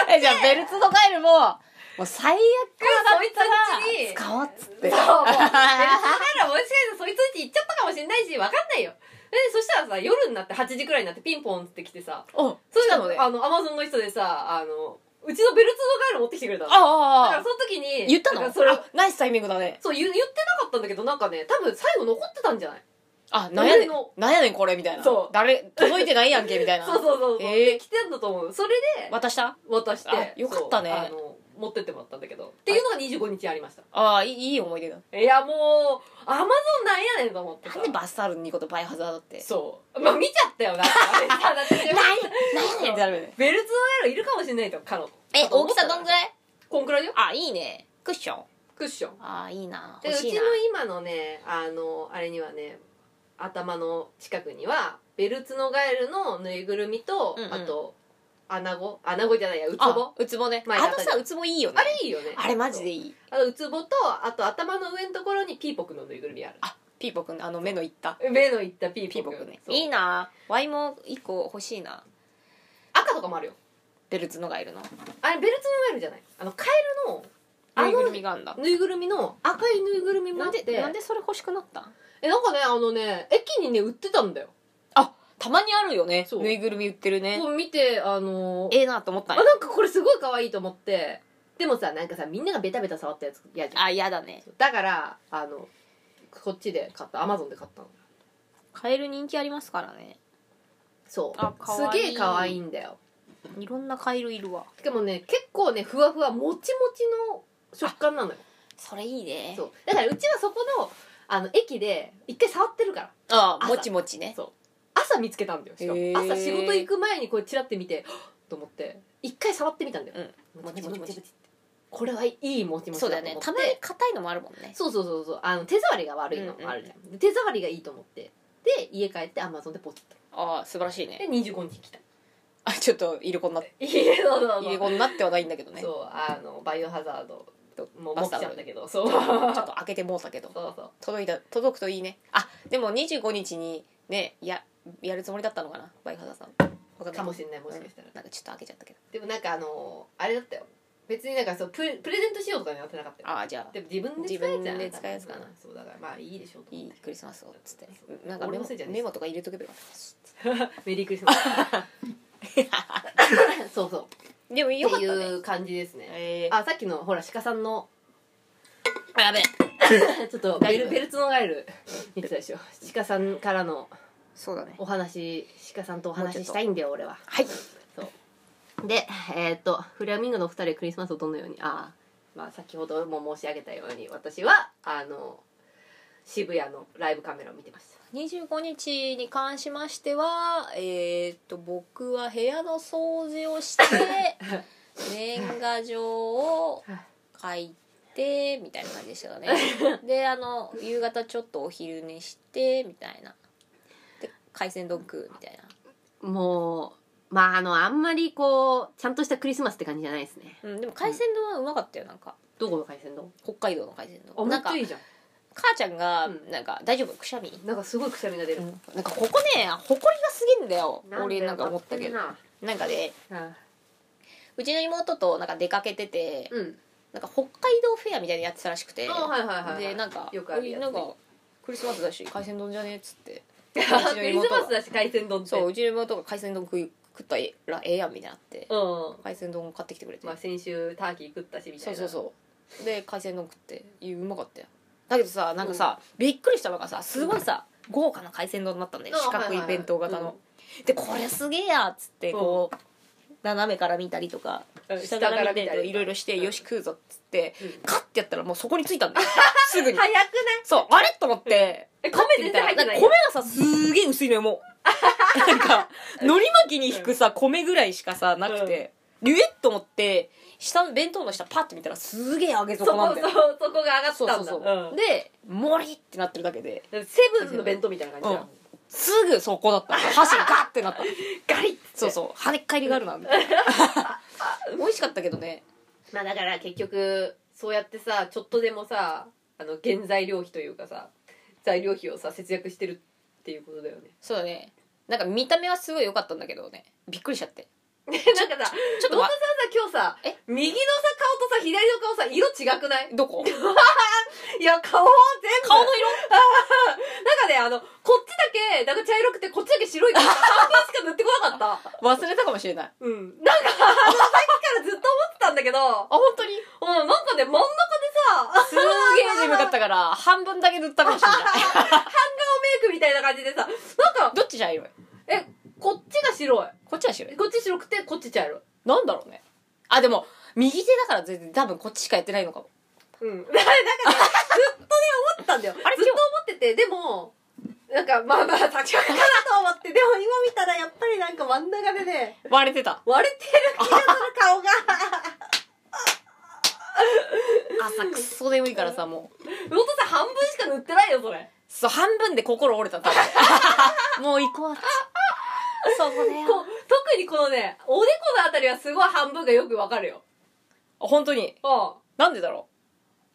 [SPEAKER 2] て
[SPEAKER 1] えじゃあベルツのガエルももう最悪
[SPEAKER 2] そいつ
[SPEAKER 1] だ
[SPEAKER 2] んちに
[SPEAKER 1] 使おうっつって
[SPEAKER 2] そうもう別にならもしかしたらそいつんち行っちゃったかもしれないしわかんないよでそしたらさ夜になって8時くらいになってピンポンって来てさ
[SPEAKER 1] *laughs* お
[SPEAKER 2] そしたた
[SPEAKER 1] のね
[SPEAKER 2] らあのアマゾンの人でさあのうちのベルツのガール持ってきてくれたのだから
[SPEAKER 1] ああ
[SPEAKER 2] その時に
[SPEAKER 1] 言った
[SPEAKER 2] なん
[SPEAKER 1] の
[SPEAKER 2] かそれ
[SPEAKER 1] あナイスタイミングだね
[SPEAKER 2] そう言言ってなかったんだけどなんかね多分最後残ってたんじゃない
[SPEAKER 1] あなんやね
[SPEAKER 2] 俺
[SPEAKER 1] ん
[SPEAKER 2] の
[SPEAKER 1] なんやねんこれみたいな
[SPEAKER 2] そう
[SPEAKER 1] 誰届いてないやんけみたいな
[SPEAKER 2] そうそうそうそう、
[SPEAKER 1] えー
[SPEAKER 2] で来てんだと思うそれで
[SPEAKER 1] 渡した
[SPEAKER 2] 渡して
[SPEAKER 1] あよかったね
[SPEAKER 2] そうあの持ってってもらったんだけど、っていうのが25日ありました
[SPEAKER 1] ああいいいい思い出だ
[SPEAKER 2] いやもうアマゾンなんやねんと思って
[SPEAKER 1] なんでバスタオル2個とバイオハザードって
[SPEAKER 2] そうまあ見ちゃったよ
[SPEAKER 1] *laughs*
[SPEAKER 2] なあれさだって
[SPEAKER 1] 何何ってなるよね
[SPEAKER 2] ベルツの野郎いるかもしれないと彼女
[SPEAKER 1] え大きさどんぐ
[SPEAKER 2] い
[SPEAKER 1] らい
[SPEAKER 2] こんくらいよ
[SPEAKER 1] あいいねクッション
[SPEAKER 2] クッション
[SPEAKER 1] ああいいな
[SPEAKER 2] でう
[SPEAKER 1] 欲しい
[SPEAKER 2] ち
[SPEAKER 1] な
[SPEAKER 2] の今のねあのあれにはね頭の近くにはベルツノガエルのぬいぐるみと、
[SPEAKER 1] うんうん
[SPEAKER 2] あとアナゴアナゴじゃないやウツ
[SPEAKER 1] あ
[SPEAKER 2] ボ
[SPEAKER 1] ウツボね
[SPEAKER 2] 前や
[SPEAKER 1] あ
[SPEAKER 2] っ
[SPEAKER 1] の
[SPEAKER 2] たじゃん
[SPEAKER 1] さウツボいいよね
[SPEAKER 2] あれいいよね
[SPEAKER 1] あれマジでいい
[SPEAKER 2] あとウツボとあと頭の上のところにピーポくんのぬいぐるみある
[SPEAKER 1] あピーポくんあの目のいった
[SPEAKER 2] 目のいったピー
[SPEAKER 1] ピー
[SPEAKER 2] ポ
[SPEAKER 1] ポ
[SPEAKER 2] く
[SPEAKER 1] く
[SPEAKER 2] ん
[SPEAKER 1] んね
[SPEAKER 2] そう
[SPEAKER 1] いいなワイも1個欲しいな
[SPEAKER 2] 赤とかもあるよ
[SPEAKER 1] ベルツのがいるの
[SPEAKER 2] あれベルツノガエルじゃないあのカエルのあ
[SPEAKER 1] ぬいぐ
[SPEAKER 2] の
[SPEAKER 1] るみがあんだ
[SPEAKER 2] ぬいぐるみの赤いぬいぐるみもあ
[SPEAKER 1] な
[SPEAKER 2] っ
[SPEAKER 1] ん
[SPEAKER 2] て
[SPEAKER 1] でなんでそれ欲しくなった
[SPEAKER 2] えなんかねあのね駅にね売ってたんだよ
[SPEAKER 1] たまにあるよね
[SPEAKER 2] そう
[SPEAKER 1] ぬいぐるみ売ってるね
[SPEAKER 2] こう見てあのー
[SPEAKER 1] ええなと思ったん
[SPEAKER 2] あ
[SPEAKER 1] や
[SPEAKER 2] なんかこれすごい可愛いと思ってでもさなんかさみんながベタベタ触ったやつ嫌じゃん
[SPEAKER 1] あ嫌だね
[SPEAKER 2] だからあのこっちで買ったアマゾンで買ったの
[SPEAKER 1] カエル人気ありますからね
[SPEAKER 2] そう
[SPEAKER 1] あ可愛い
[SPEAKER 2] すげえ可愛いんだよ
[SPEAKER 1] いろんなカエルいるわ
[SPEAKER 2] しかもね結構ねふわふわもちもちの食感なのよ
[SPEAKER 1] それいいね
[SPEAKER 2] そうだからうちはそこのあの駅で一回触ってるから
[SPEAKER 1] ああ
[SPEAKER 2] 朝
[SPEAKER 1] もちもちね
[SPEAKER 2] 朝見つけたんだよしかも
[SPEAKER 1] へー
[SPEAKER 2] 朝仕事行く前にこれチラって見てはっと思って一回触ってみたんだよ、
[SPEAKER 1] うんもちもちもち
[SPEAKER 2] ってこれはいいもちもち
[SPEAKER 1] そうだよ
[SPEAKER 2] と思
[SPEAKER 1] ね
[SPEAKER 2] って
[SPEAKER 1] たまに硬いのもあるもんね
[SPEAKER 2] そうそうそうそうあの手触りが悪いのもあるじゃん,、で手触りがいいと思ってで家帰ってアマゾンでポチッと
[SPEAKER 1] ああ素晴らしい
[SPEAKER 2] で
[SPEAKER 1] ね
[SPEAKER 2] 25日来た
[SPEAKER 1] あちょっと入れ子になっ
[SPEAKER 2] *laughs* いやそうそう
[SPEAKER 1] 入れ子になってはないんだけどねち
[SPEAKER 2] そ
[SPEAKER 1] ょ
[SPEAKER 2] うあのバイオハザード
[SPEAKER 1] と
[SPEAKER 2] もう
[SPEAKER 1] バ
[SPEAKER 2] 持
[SPEAKER 1] ス
[SPEAKER 2] っち
[SPEAKER 1] タオ
[SPEAKER 2] ゃ
[SPEAKER 1] ル
[SPEAKER 2] ったけ
[SPEAKER 1] *laughs*
[SPEAKER 2] どそう
[SPEAKER 1] っと開けてもうたけど
[SPEAKER 2] そうそう
[SPEAKER 1] 届いた届くといいねあでも25日にねややるつもりだったのかなバイオハザードさんわかんない
[SPEAKER 2] かもしれないもしかしたら、
[SPEAKER 1] なんかちょっと開けちゃったけど
[SPEAKER 2] でもなんかあのあれだったよ別になんかそうプレプレゼントしようとかになってなかったよ
[SPEAKER 1] ああじゃあ
[SPEAKER 2] でも自分で使えるじゃ
[SPEAKER 1] 自分
[SPEAKER 2] ん
[SPEAKER 1] で使うやつかな
[SPEAKER 2] うんそうだからまあいいでしょうと
[SPEAKER 1] いいクリスマスをっつってなんか
[SPEAKER 2] 俺
[SPEAKER 1] メ
[SPEAKER 2] の
[SPEAKER 1] モ
[SPEAKER 2] せいじゃねえ
[SPEAKER 1] メモとか入れとけばよかっ
[SPEAKER 2] メリークリスマス *laughs* そうそう
[SPEAKER 1] たでもよ
[SPEAKER 2] っ
[SPEAKER 1] かってた
[SPEAKER 2] い
[SPEAKER 1] ね
[SPEAKER 2] う感じですね
[SPEAKER 1] えー、
[SPEAKER 2] あさっきのほら鹿さんの
[SPEAKER 1] あやべえ
[SPEAKER 2] ちょっとベ
[SPEAKER 1] 大丈
[SPEAKER 2] ル
[SPEAKER 1] 夫
[SPEAKER 2] ベルツノガエル見てたでしょ鹿さんからの
[SPEAKER 1] そうだね
[SPEAKER 2] お話鹿さんとお話ししたいんだよ俺は
[SPEAKER 1] はい
[SPEAKER 2] でえーっとフラミンゴのお二人クリスマスをどのようにああまあ先ほども申し上げたように私はあの渋谷のライブカメラを見てまし
[SPEAKER 1] 25日に関しましてはえーっと僕は部屋の掃除をして
[SPEAKER 2] *laughs*
[SPEAKER 1] 年賀状を書いてみたいな感じでしたか
[SPEAKER 2] *laughs*
[SPEAKER 1] ねであの夕方ちょっとお昼寝してみたいなで海鮮丼食うみたい
[SPEAKER 2] たもうまああのあんまりこうちゃんとしたクリスマスって感じじゃないですね
[SPEAKER 1] な、うん、でも海鮮丼はうまかったよなんか
[SPEAKER 2] どこの海鮮丼
[SPEAKER 1] 北海道の海鮮
[SPEAKER 2] あ
[SPEAKER 1] 丼な
[SPEAKER 2] めっ
[SPEAKER 1] ん
[SPEAKER 2] ち
[SPEAKER 1] か
[SPEAKER 2] ゃいいじゃん
[SPEAKER 1] 母ちゃんが
[SPEAKER 2] うん
[SPEAKER 1] なんか大丈夫くしゃみ、
[SPEAKER 2] なんかすごいくしゃみが出る、
[SPEAKER 1] なんかここね埃がすげえんだよ俺なんか思ったけど
[SPEAKER 2] な
[SPEAKER 1] なんかね
[SPEAKER 2] あ
[SPEAKER 1] うちの妹となんか出かけてて、
[SPEAKER 2] うん
[SPEAKER 1] なんか北海道フェアみたいなのやってたらしくて、
[SPEAKER 2] あはいはいはいはい
[SPEAKER 1] でなんか
[SPEAKER 2] よくあるやつね
[SPEAKER 1] なんかクリスマスだし海鮮丼じゃねえっつって
[SPEAKER 2] *laughs* クリス
[SPEAKER 1] ちの妹が
[SPEAKER 2] マスだし海鮮丼って
[SPEAKER 1] そううちの妹が海鮮丼食い食ったらええやんみたいになって
[SPEAKER 2] うん
[SPEAKER 1] 海鮮丼買ってきてくれて、
[SPEAKER 2] まあ、先週ターキー食ったしみた
[SPEAKER 1] そ
[SPEAKER 2] いうな
[SPEAKER 1] そうそうで海鮮丼食っていやうまかったよだけどさなんかさ、びっくりしたのがさすごいさ豪華な海鮮丼になったんだよ
[SPEAKER 2] あ
[SPEAKER 1] 四角
[SPEAKER 2] はい
[SPEAKER 1] い
[SPEAKER 2] はい
[SPEAKER 1] 弁当型の、でこれすげえやっつってこう、斜めから見たりとか
[SPEAKER 2] うん
[SPEAKER 1] 下から見たりとかいろいろして、
[SPEAKER 2] うん
[SPEAKER 1] よし食うぞっつって、
[SPEAKER 2] うん
[SPEAKER 1] カッてやったらもうそこについたんだよすぐに
[SPEAKER 2] 早くない
[SPEAKER 1] そうあれと思って、
[SPEAKER 2] え
[SPEAKER 1] カッて
[SPEAKER 2] 米
[SPEAKER 1] 見
[SPEAKER 2] 全
[SPEAKER 1] たら
[SPEAKER 2] 然入ってない
[SPEAKER 1] んか米がさすげえ薄いのよもう *laughs* なんか海苔巻きに引くさ米ぐらいしかさなくて、ゆえっと思って下の弁当の下パッて見たらすげえ揚げ
[SPEAKER 2] そ
[SPEAKER 1] 底
[SPEAKER 2] こ
[SPEAKER 1] なんだ
[SPEAKER 2] そ
[SPEAKER 1] よ
[SPEAKER 2] うそこが上がったんだ
[SPEAKER 1] そうそうそう、
[SPEAKER 2] うん
[SPEAKER 1] で「盛り!」ってなってるだけで
[SPEAKER 2] でセブンの弁当みたいな感じだ、
[SPEAKER 1] うんすぐそこだ
[SPEAKER 2] *laughs*
[SPEAKER 1] った箸ガッてなった
[SPEAKER 2] ガリッて
[SPEAKER 1] そうそう跳ねっ返りがあるなみた
[SPEAKER 2] *laughs*
[SPEAKER 1] いな美味しかったけどね
[SPEAKER 2] まあだから結局そうやってさちょっとでもさあの原材料費というかさ材料費をさ節約してるっていうことだよね
[SPEAKER 1] そうだねなんか見た目はすごい良かったんだけどねびっくりしちゃって
[SPEAKER 2] *laughs* なんかさ
[SPEAKER 1] ちょっと
[SPEAKER 2] 本田さん
[SPEAKER 1] わ
[SPEAKER 2] さ今日さ
[SPEAKER 1] え
[SPEAKER 2] 右のさ顔とさ左の顔さ色違くない
[SPEAKER 1] どこ
[SPEAKER 2] いや顔全部
[SPEAKER 1] 顔の色
[SPEAKER 2] *laughs* なんかねあのこっちだけなんか茶色くてこっちだけ白いから半分しか塗ってこなかった
[SPEAKER 1] 忘れたかもしれないあ
[SPEAKER 2] うんなんかあのさっきからずっと思ってたんだけど
[SPEAKER 1] 本当に
[SPEAKER 2] うんなんかね真ん中でさ
[SPEAKER 1] すーげえ字向かったから半分だけ塗ったかもしれない
[SPEAKER 2] メイクみたいな感じでさなんか
[SPEAKER 1] どっちじゃ色い
[SPEAKER 2] えこっちが白い
[SPEAKER 1] こっちは白い
[SPEAKER 2] こっち白くてこっち茶色い
[SPEAKER 1] なんだろうねあでも右手だから全然多分こっちしかやってないのかも
[SPEAKER 2] うん。だ *laughs* から、ずっとね、思ったんだよ。
[SPEAKER 1] あれ
[SPEAKER 2] ずっと思ってて、でも、なんか、まあまあ、立ち上がりかなと思って、でも今見たら、やっぱりなんか真ん中でね、
[SPEAKER 1] 割れてた
[SPEAKER 2] 割れてる気がする顔が。
[SPEAKER 1] 朝くっそ眠いからさもう
[SPEAKER 2] 本当さ、半分しか塗ってないよ、それ。
[SPEAKER 1] そう半分で心折れた多分 *laughs* もう行こうそうそうね
[SPEAKER 2] こう特にこのね、おでこのあたりはすごい半分がよくわかるよ。
[SPEAKER 1] 本当に
[SPEAKER 2] あ
[SPEAKER 1] なんでだろ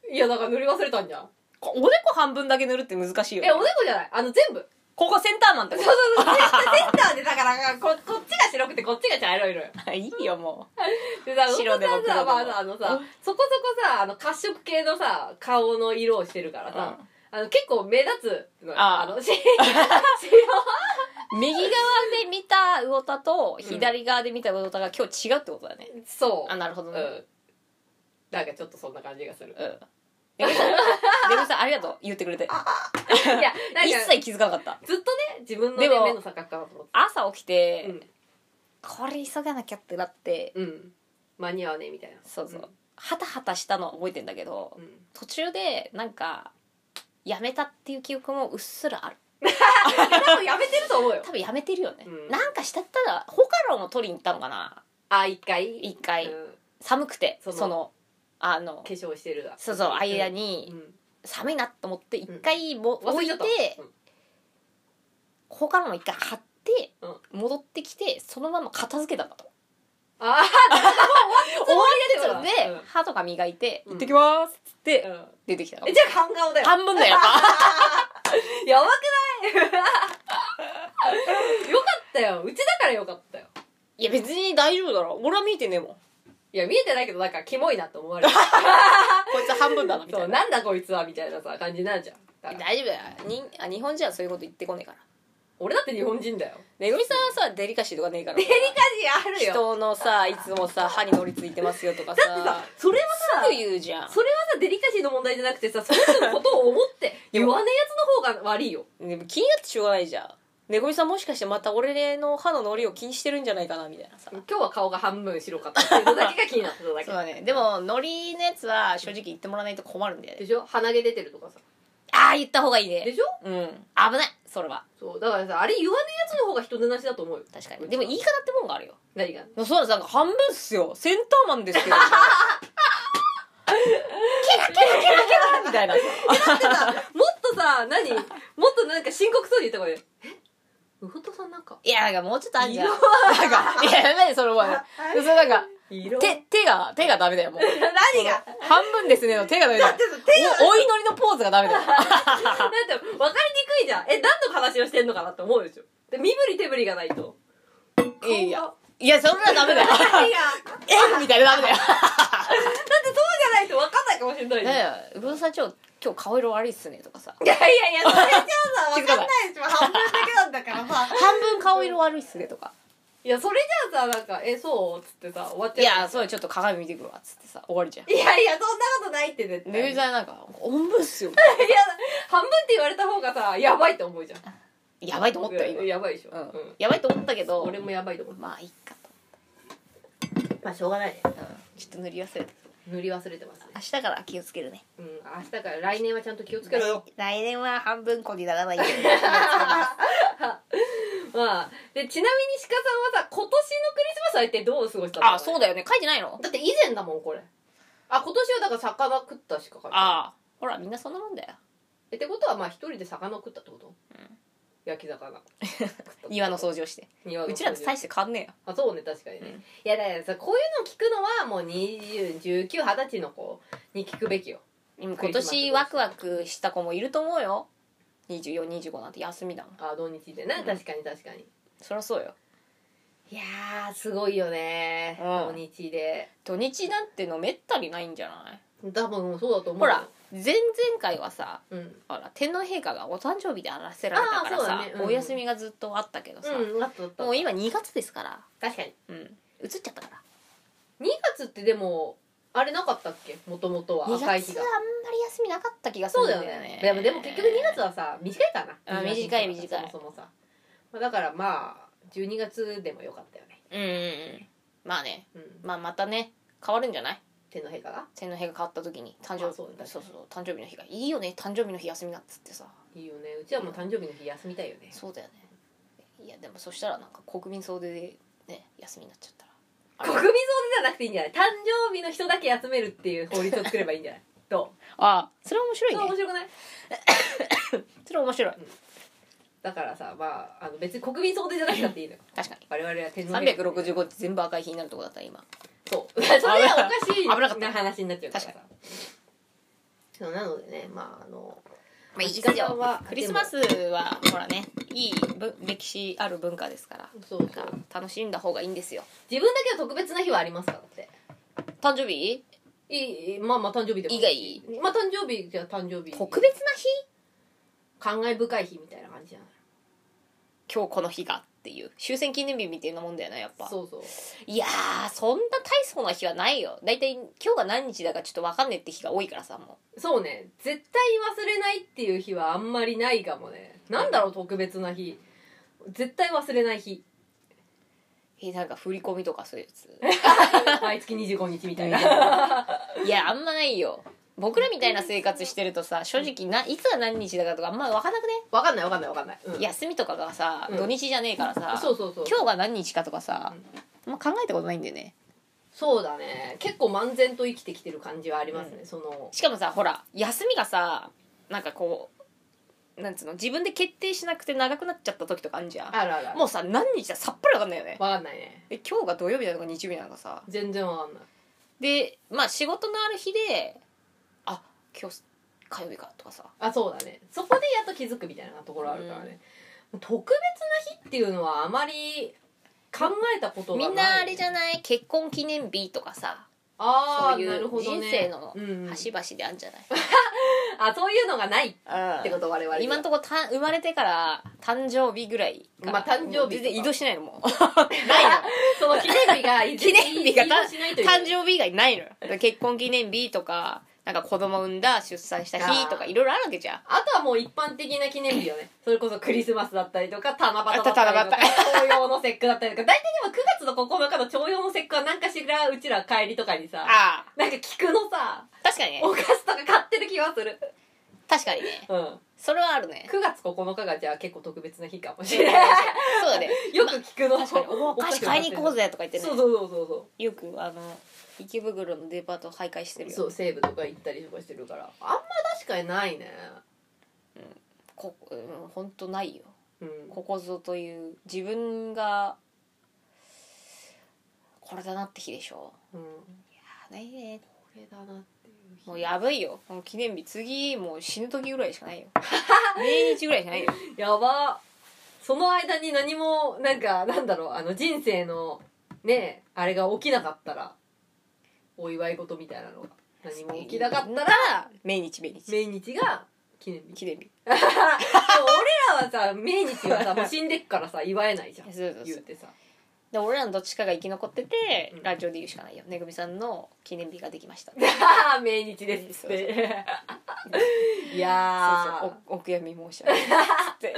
[SPEAKER 2] あ。いや、だから塗り忘れたんじゃん。
[SPEAKER 1] うこおでこ半分だけ塗るって難しいよ
[SPEAKER 2] え、
[SPEAKER 1] ね
[SPEAKER 2] おでこじゃないあの、全部。
[SPEAKER 1] ここセンターマンって
[SPEAKER 2] そう
[SPEAKER 1] こ
[SPEAKER 2] そうそう。センターで、だから *laughs* こ、こっちが白くて、こっちが茶色いのよ。
[SPEAKER 1] と *laughs* いいよも
[SPEAKER 2] でさ、
[SPEAKER 1] 白でも
[SPEAKER 2] お父さんさ、ま
[SPEAKER 1] 黒でも
[SPEAKER 2] ああのさ、そこそこさ、あの、褐色系のさ、顔の色をしてるからさ、あの、結構目立つのよ
[SPEAKER 1] ああ
[SPEAKER 2] あの、 *laughs* 白、
[SPEAKER 1] う右側で見た魚田と左側で見た魚田が今日違うってことだね、
[SPEAKER 2] そ
[SPEAKER 1] あなるほ
[SPEAKER 2] う。う
[SPEAKER 1] どね、
[SPEAKER 2] ん。なんかちょっとそんな感じがす *laughs* る。
[SPEAKER 1] うん。デブさん、デブさんありがとう。言ってくれて。
[SPEAKER 2] いや、なん
[SPEAKER 1] 一
[SPEAKER 2] か、
[SPEAKER 1] 切気づかなかった。
[SPEAKER 2] ずっとね、自分の、ね、
[SPEAKER 1] でも
[SPEAKER 2] 目の錯覚かなと思っ
[SPEAKER 1] 朝起き
[SPEAKER 2] て。
[SPEAKER 1] て、
[SPEAKER 2] うん。
[SPEAKER 1] これ急がなきゃってなって、
[SPEAKER 2] うん。間に合わねえみたいな。
[SPEAKER 1] そうそう。ハタハタしたのは覚えてんだけど、
[SPEAKER 2] うん。
[SPEAKER 1] 途中で、なんか、やめたっていう記憶もうっすらある。
[SPEAKER 2] 多分やめてると思うよ。
[SPEAKER 1] 多分やめてるよね。
[SPEAKER 2] うん
[SPEAKER 1] なんかしたったら、ホカロンを取りに行ったのかな
[SPEAKER 2] あ、一回
[SPEAKER 1] 一回、
[SPEAKER 2] うん
[SPEAKER 1] 寒くて、
[SPEAKER 2] そ
[SPEAKER 1] そ
[SPEAKER 2] の
[SPEAKER 1] の、あの
[SPEAKER 2] 化、粧してる
[SPEAKER 1] そうそう、間
[SPEAKER 2] に。う
[SPEAKER 1] に、
[SPEAKER 2] ん。
[SPEAKER 1] 寒いなと思って、一回も、
[SPEAKER 2] 忘
[SPEAKER 1] 置
[SPEAKER 2] れ
[SPEAKER 1] い
[SPEAKER 2] ちゃってた、うん
[SPEAKER 1] ホカロンを一回貼って、
[SPEAKER 2] うん
[SPEAKER 1] 戻ってきて、そのまま片付けたんだと。
[SPEAKER 2] あ
[SPEAKER 1] 終わりですので、
[SPEAKER 2] うん
[SPEAKER 1] 歯とか磨いて、
[SPEAKER 2] うん
[SPEAKER 1] 行ってきますっつっ
[SPEAKER 2] あ、う
[SPEAKER 1] て、
[SPEAKER 2] ん。
[SPEAKER 1] 出てきたの
[SPEAKER 2] え、。じゃあ半顔だよ。
[SPEAKER 1] 半分だよ、やっぱ。 *laughs*
[SPEAKER 2] やばくない *laughs* よかったよ。うちだからよかったよ。
[SPEAKER 1] いや、別に大丈夫だろ。俺は見えてねえもん。こ
[SPEAKER 2] いや、見えてないけど、なんか、キモいなと思われる。 *laughs*
[SPEAKER 1] いつ半分だな、みた
[SPEAKER 2] そう、
[SPEAKER 1] いな。
[SPEAKER 2] なんだこいつは、みたいなさ、感じになるじゃん。 *laughs* だから
[SPEAKER 1] 大丈夫だよにあ。日本人はそういうこと言ってこねえから。
[SPEAKER 2] 俺だって日本人だよ。
[SPEAKER 1] めぐみさんはさ、デリカシーとかねえから。
[SPEAKER 2] *laughs* デリカシーあるよ。
[SPEAKER 1] 人のさ、いつもさ、歯に乗りついてますよと *laughs* か
[SPEAKER 2] だってさ
[SPEAKER 1] さ、、
[SPEAKER 2] それはさ
[SPEAKER 1] すぐ、言うじゃん。
[SPEAKER 2] それはさ、デリカシーの問題じゃなくてさ、その人のことを思
[SPEAKER 1] *laughs*
[SPEAKER 2] って言わねえやつの方が悪いよ。
[SPEAKER 1] でも気になってしょうがないじゃん。めぐみさんもしかしてまた俺の歯の乗りを気にしてるんじゃないかな、みたいなさ。
[SPEAKER 2] 今日は顔が半分白かったっていうのだけが気になってただ
[SPEAKER 1] そうだ
[SPEAKER 2] け。
[SPEAKER 1] ね。でも、乗りのやつは正直言ってもらわないと困るんだよね
[SPEAKER 2] で。しょ鼻毛出てるとかさ。
[SPEAKER 1] ああ、言った方がいいね
[SPEAKER 2] で。しょ
[SPEAKER 1] うん危ないそれは
[SPEAKER 2] そう、だからさ、あれ言わねえやつの方が人でなしだと思うよ。
[SPEAKER 1] 確かにでも言い方ってもんがあるよ
[SPEAKER 2] 何が
[SPEAKER 1] そうなんですなんか半分っすよセンターマン *laughs* ですけどキラキラキラキラみたいな *laughs*
[SPEAKER 2] もっとさ、何もっとなんか深刻そうに言った方がいい。えウフトさんなんか
[SPEAKER 1] いやなんかもうちょっとあんじゃん
[SPEAKER 2] 色
[SPEAKER 1] なんか *laughs* いややばいそれもうねそれなんか
[SPEAKER 2] 色
[SPEAKER 1] 手手が手がダメだよもう
[SPEAKER 2] 何が
[SPEAKER 1] 半分ですねの手がダメだよおお祈りのポーズがダメ *laughs* だよ
[SPEAKER 2] だって分かりにくいじゃん。え、何の話をしてんのかなって思うでしょ。で、身振り手振りがないと。
[SPEAKER 1] いやいや
[SPEAKER 2] 顔が。
[SPEAKER 1] いやそんなダ *laughs* メだよ
[SPEAKER 2] *laughs* 何がだって
[SPEAKER 1] えみたいなダメだよ
[SPEAKER 2] そうじゃないと分かんないかもしれないじゃん
[SPEAKER 1] ねえうぶさんちょ今日顔色悪いっすねとかさ
[SPEAKER 2] いやいやいや、それじ *laughs* ゃあさ、
[SPEAKER 1] 気
[SPEAKER 2] 分
[SPEAKER 1] づか
[SPEAKER 2] かんな
[SPEAKER 1] ない
[SPEAKER 2] いでしょ。半分だけなんだからさ。
[SPEAKER 1] 半分顔色悪いっすねとか
[SPEAKER 2] いや、それじゃあさ、なんか、え、そうっつってさ、終わっ
[SPEAKER 1] い
[SPEAKER 2] ちゃう。
[SPEAKER 1] やそうちょっと鏡見てくるわっつってさ終わりじゃん
[SPEAKER 2] いやいや、そんなことないって絶対。
[SPEAKER 1] めぐみさんなんか「おんぶっすよ
[SPEAKER 2] いや、半分って言われた方がさ、やばいと思うじゃん。」
[SPEAKER 1] やばいと思ったよ
[SPEAKER 2] い
[SPEAKER 1] 今、
[SPEAKER 2] ややばいでしょ。
[SPEAKER 1] うん
[SPEAKER 2] うん
[SPEAKER 1] やばいと思ったけど
[SPEAKER 2] 俺もやばいと思う。
[SPEAKER 1] まあいいかと、
[SPEAKER 2] まあ、しょうがないね。
[SPEAKER 1] ちょっと塗り忘れた
[SPEAKER 2] 塗り忘れてますね。
[SPEAKER 1] 明日から気をつけるね
[SPEAKER 2] うん、明日から来年はちゃんと気をつけろよ。
[SPEAKER 1] 来年は半分こになら *laughs* ないように
[SPEAKER 2] まあ、で、ちなみに鹿さんはさ、今年のクリスマスは一体どう過ごしたの
[SPEAKER 1] あそうだよね書いてないの
[SPEAKER 2] だって以前だもん、これ。あ、今年はだから魚食ったしか書いてない
[SPEAKER 1] ああほらみんなそんなもんだよ
[SPEAKER 2] えってことは、まあ、一人で魚食ったってこと、焼き魚。
[SPEAKER 1] *laughs* 庭の掃除をして
[SPEAKER 2] 庭の掃除
[SPEAKER 1] うちらと大して変わんねえよ
[SPEAKER 2] あ、そうね、確かにね。
[SPEAKER 1] うん
[SPEAKER 2] いや、だからさ、こういうの聞くのは、もう20、19、20歳の子に聞くべきよ。
[SPEAKER 1] でも今年ワクワクした子もいると思うよ2425なんて休みだもん
[SPEAKER 2] あ、土日でね。
[SPEAKER 1] うん
[SPEAKER 2] 確かに確かに。
[SPEAKER 1] そりゃそうよ
[SPEAKER 2] いやー、すごいよね。
[SPEAKER 1] う
[SPEAKER 2] 土
[SPEAKER 1] ん
[SPEAKER 2] 日で。
[SPEAKER 1] 土日なんてのめったりないんじゃない
[SPEAKER 2] 多分そうだと思うよ。
[SPEAKER 1] ほら前々回はさ
[SPEAKER 2] うん。
[SPEAKER 1] ほら天皇陛下がお誕生日であらせられたから
[SPEAKER 2] あーそう
[SPEAKER 1] さ、
[SPEAKER 2] だねうん
[SPEAKER 1] お休みがずっとあったけどさ、
[SPEAKER 2] うん、あったあった
[SPEAKER 1] もう今2月ですから
[SPEAKER 2] 確かに
[SPEAKER 1] うん移っちゃったから
[SPEAKER 2] 2月ってでもあれなかったっけもともとは
[SPEAKER 1] 2月あん
[SPEAKER 2] 赤
[SPEAKER 1] ま
[SPEAKER 2] い
[SPEAKER 1] り
[SPEAKER 2] 日が
[SPEAKER 1] 休みなかった気がす
[SPEAKER 2] そ
[SPEAKER 1] る
[SPEAKER 2] うんだ
[SPEAKER 1] だ
[SPEAKER 2] よ
[SPEAKER 1] よ
[SPEAKER 2] ね
[SPEAKER 1] ね
[SPEAKER 2] でもでも結局2月はさ短いからな
[SPEAKER 1] あ短い短い
[SPEAKER 2] そもそもさまあだからまあ12月でもよかったよね
[SPEAKER 1] うんうんうんまあね、
[SPEAKER 2] うん
[SPEAKER 1] まあ、またね変わるんじゃない
[SPEAKER 2] 天皇陛下が
[SPEAKER 1] 天皇陛下変わった時に誕生
[SPEAKER 2] あそうだね
[SPEAKER 1] そうそう誕生日の日がいいよね誕生日の日休みなっつってさ
[SPEAKER 2] いいよねうちはもう誕生日の日休みたいよね
[SPEAKER 1] そうだよねいやでもそしたらなんか国民総出でね休みになっちゃったらあ
[SPEAKER 2] 国民総出じゃなくていいんじゃない誕生日の人だけ集めるっていう法律を作ればいいんじゃない
[SPEAKER 1] *laughs*
[SPEAKER 2] ど
[SPEAKER 1] あそれは面白
[SPEAKER 2] うそう
[SPEAKER 1] い
[SPEAKER 2] 面
[SPEAKER 1] ね
[SPEAKER 2] 白くない
[SPEAKER 1] それは面白い
[SPEAKER 2] だからさまああの別に国民総出じゃなくたっていいのよ
[SPEAKER 1] 確かに
[SPEAKER 2] 我々は天皇陛下
[SPEAKER 1] 365日全部赤い日になるとこだったら今
[SPEAKER 2] そう *laughs* それはおかしい
[SPEAKER 1] 危なかった
[SPEAKER 2] な話になっちゃうからさ
[SPEAKER 1] 確
[SPEAKER 2] そうなのでねまああの
[SPEAKER 1] まあいいです
[SPEAKER 2] 時間
[SPEAKER 1] よ
[SPEAKER 2] は
[SPEAKER 1] クリスマスはほらねいいぶ歴史ある文化ですから
[SPEAKER 2] そう
[SPEAKER 1] だ
[SPEAKER 2] そ
[SPEAKER 1] か
[SPEAKER 2] う
[SPEAKER 1] ら楽しんだ方がいいんですよ
[SPEAKER 2] 自分だけは特別な日はありますかだって
[SPEAKER 1] 誕生日
[SPEAKER 2] いいまあまあ誕生日でも
[SPEAKER 1] 以外
[SPEAKER 2] まあ誕生日じゃあ誕生日
[SPEAKER 1] 特別な日
[SPEAKER 2] 感慨深い日みたいな感じじゃない
[SPEAKER 1] 今日この日がっていう終戦記念日みたいなもんだよねやっぱ
[SPEAKER 2] そうそう
[SPEAKER 1] いやーそんな大層な日はないよ大体今日が何日だかちょっと分かんねえって日が多いからさも
[SPEAKER 2] そうね絶対忘れないっていう日はあんまりないかもねなんだろう特別な日絶対忘れな
[SPEAKER 1] *laughs*
[SPEAKER 2] い日
[SPEAKER 1] うえなんか振り込みとかそういう
[SPEAKER 2] 毎月25日みたい
[SPEAKER 1] や *laughs*
[SPEAKER 2] な
[SPEAKER 1] ついやあんまないよ僕らみたいな生活してるとさ正直ないつが何日だかとかあんま分かんなくね
[SPEAKER 2] わかんないわかんないわかんない、うん
[SPEAKER 1] 休みとかがさ、
[SPEAKER 2] うん
[SPEAKER 1] 土日じゃねえからさ
[SPEAKER 2] そうそうそう
[SPEAKER 1] 今日が何日かとかさ、あんま考えたことないんだよね
[SPEAKER 2] そうだね結構漫然と生きてきてる感じはありますね、その
[SPEAKER 1] しかもさほら休みがさなんかこうなんつうの自分で決定しなくて長くなっちゃった時とかあんじゃ
[SPEAKER 2] あるあるあ
[SPEAKER 1] ん
[SPEAKER 2] る
[SPEAKER 1] もうさ何日ださっぱり分かんないよね
[SPEAKER 2] わかんないね
[SPEAKER 1] え今日が土曜日なのか日曜日なのかさ
[SPEAKER 2] 全然わかんない
[SPEAKER 1] でまあ仕事のある日であ今日火曜日かとかさ
[SPEAKER 2] あそうだねそこでやっと気づくみたいなところあるからね、特別な日っていうのはあまり考えたことがな
[SPEAKER 1] み
[SPEAKER 2] い、
[SPEAKER 1] んなあれじゃ
[SPEAKER 2] ん
[SPEAKER 1] ない結婚記念日とかさ
[SPEAKER 2] あ
[SPEAKER 1] そ
[SPEAKER 2] あ
[SPEAKER 1] うい
[SPEAKER 2] なる
[SPEAKER 1] う
[SPEAKER 2] ほど
[SPEAKER 1] 人
[SPEAKER 2] ね
[SPEAKER 1] 生の
[SPEAKER 2] うんうん
[SPEAKER 1] 端々であんじゃない、
[SPEAKER 2] あそういうのがないってこと我々
[SPEAKER 1] 今んとこた生まれてから誕生日ぐらいから
[SPEAKER 2] まあ誕生日とか
[SPEAKER 1] もう全然移動しないの
[SPEAKER 2] *laughs*
[SPEAKER 1] もうないの
[SPEAKER 2] その記念日が
[SPEAKER 1] *laughs* 記念日が
[SPEAKER 2] 移動しないという
[SPEAKER 1] 誕生日以外ないのよ結婚記念日とかなんか子供産んだ出産した日とか
[SPEAKER 2] あー
[SPEAKER 1] いろいろあるわけじゃん
[SPEAKER 2] あとはもう一般的な記念日よねそれこそクリスマスだったりとか七夕だったりとか
[SPEAKER 1] あと七
[SPEAKER 2] *laughs* 朝陽の節句だったりとか大体でも9月の9日の朝陽の節句は何かしらうちら帰りとかにさ
[SPEAKER 1] ああ
[SPEAKER 2] なんか菊のさ
[SPEAKER 1] 確かにね
[SPEAKER 2] お菓子とか買ってる気はする、
[SPEAKER 1] 確かにね
[SPEAKER 2] うん、
[SPEAKER 1] それはあるね
[SPEAKER 2] 9月9日がじゃあ結構特別な日かもしれ *laughs* ない
[SPEAKER 1] そうだね
[SPEAKER 2] よく菊の
[SPEAKER 1] 確かにお菓子買いに行こうぜとか言ってね
[SPEAKER 2] そうそうそうそうそう
[SPEAKER 1] よくあの池袋のデパートを徘徊してる
[SPEAKER 2] そ
[SPEAKER 1] よ
[SPEAKER 2] う西武とか行ったりとかしてるからあんま確かにないね
[SPEAKER 1] こうんほんとないよ
[SPEAKER 2] うん
[SPEAKER 1] ここぞという自分がこれだなって日でしょ
[SPEAKER 2] うん、
[SPEAKER 1] あないね
[SPEAKER 2] これだなっていう日
[SPEAKER 1] もうやばいよもう記念日次もう死ぬ時ぐらいしかないよ命日ぐらいしかないよ
[SPEAKER 2] やばその間に何もなんかなんだろうあの人生のねあれが起きなかったらお祝い事みたいなのが何も起きなかったら
[SPEAKER 1] 命日命日
[SPEAKER 2] 命日が記念日 *laughs*
[SPEAKER 1] 記念日
[SPEAKER 2] 俺らはさ命日はさもう死んでっからさ祝えないじゃ
[SPEAKER 1] そ
[SPEAKER 2] ん
[SPEAKER 1] うそう
[SPEAKER 2] 言
[SPEAKER 1] そうう
[SPEAKER 2] てさ
[SPEAKER 1] で俺らのどっちかが生き残ってて、
[SPEAKER 2] うん
[SPEAKER 1] ラジオで言うしかないよねぐみさんの記念日ができました
[SPEAKER 2] 「 *laughs* 命日です」
[SPEAKER 1] そ
[SPEAKER 2] っ
[SPEAKER 1] う
[SPEAKER 2] て *laughs* い
[SPEAKER 1] そう
[SPEAKER 2] やー
[SPEAKER 1] そうおお悔やみ申し上げます
[SPEAKER 2] *laughs*
[SPEAKER 1] って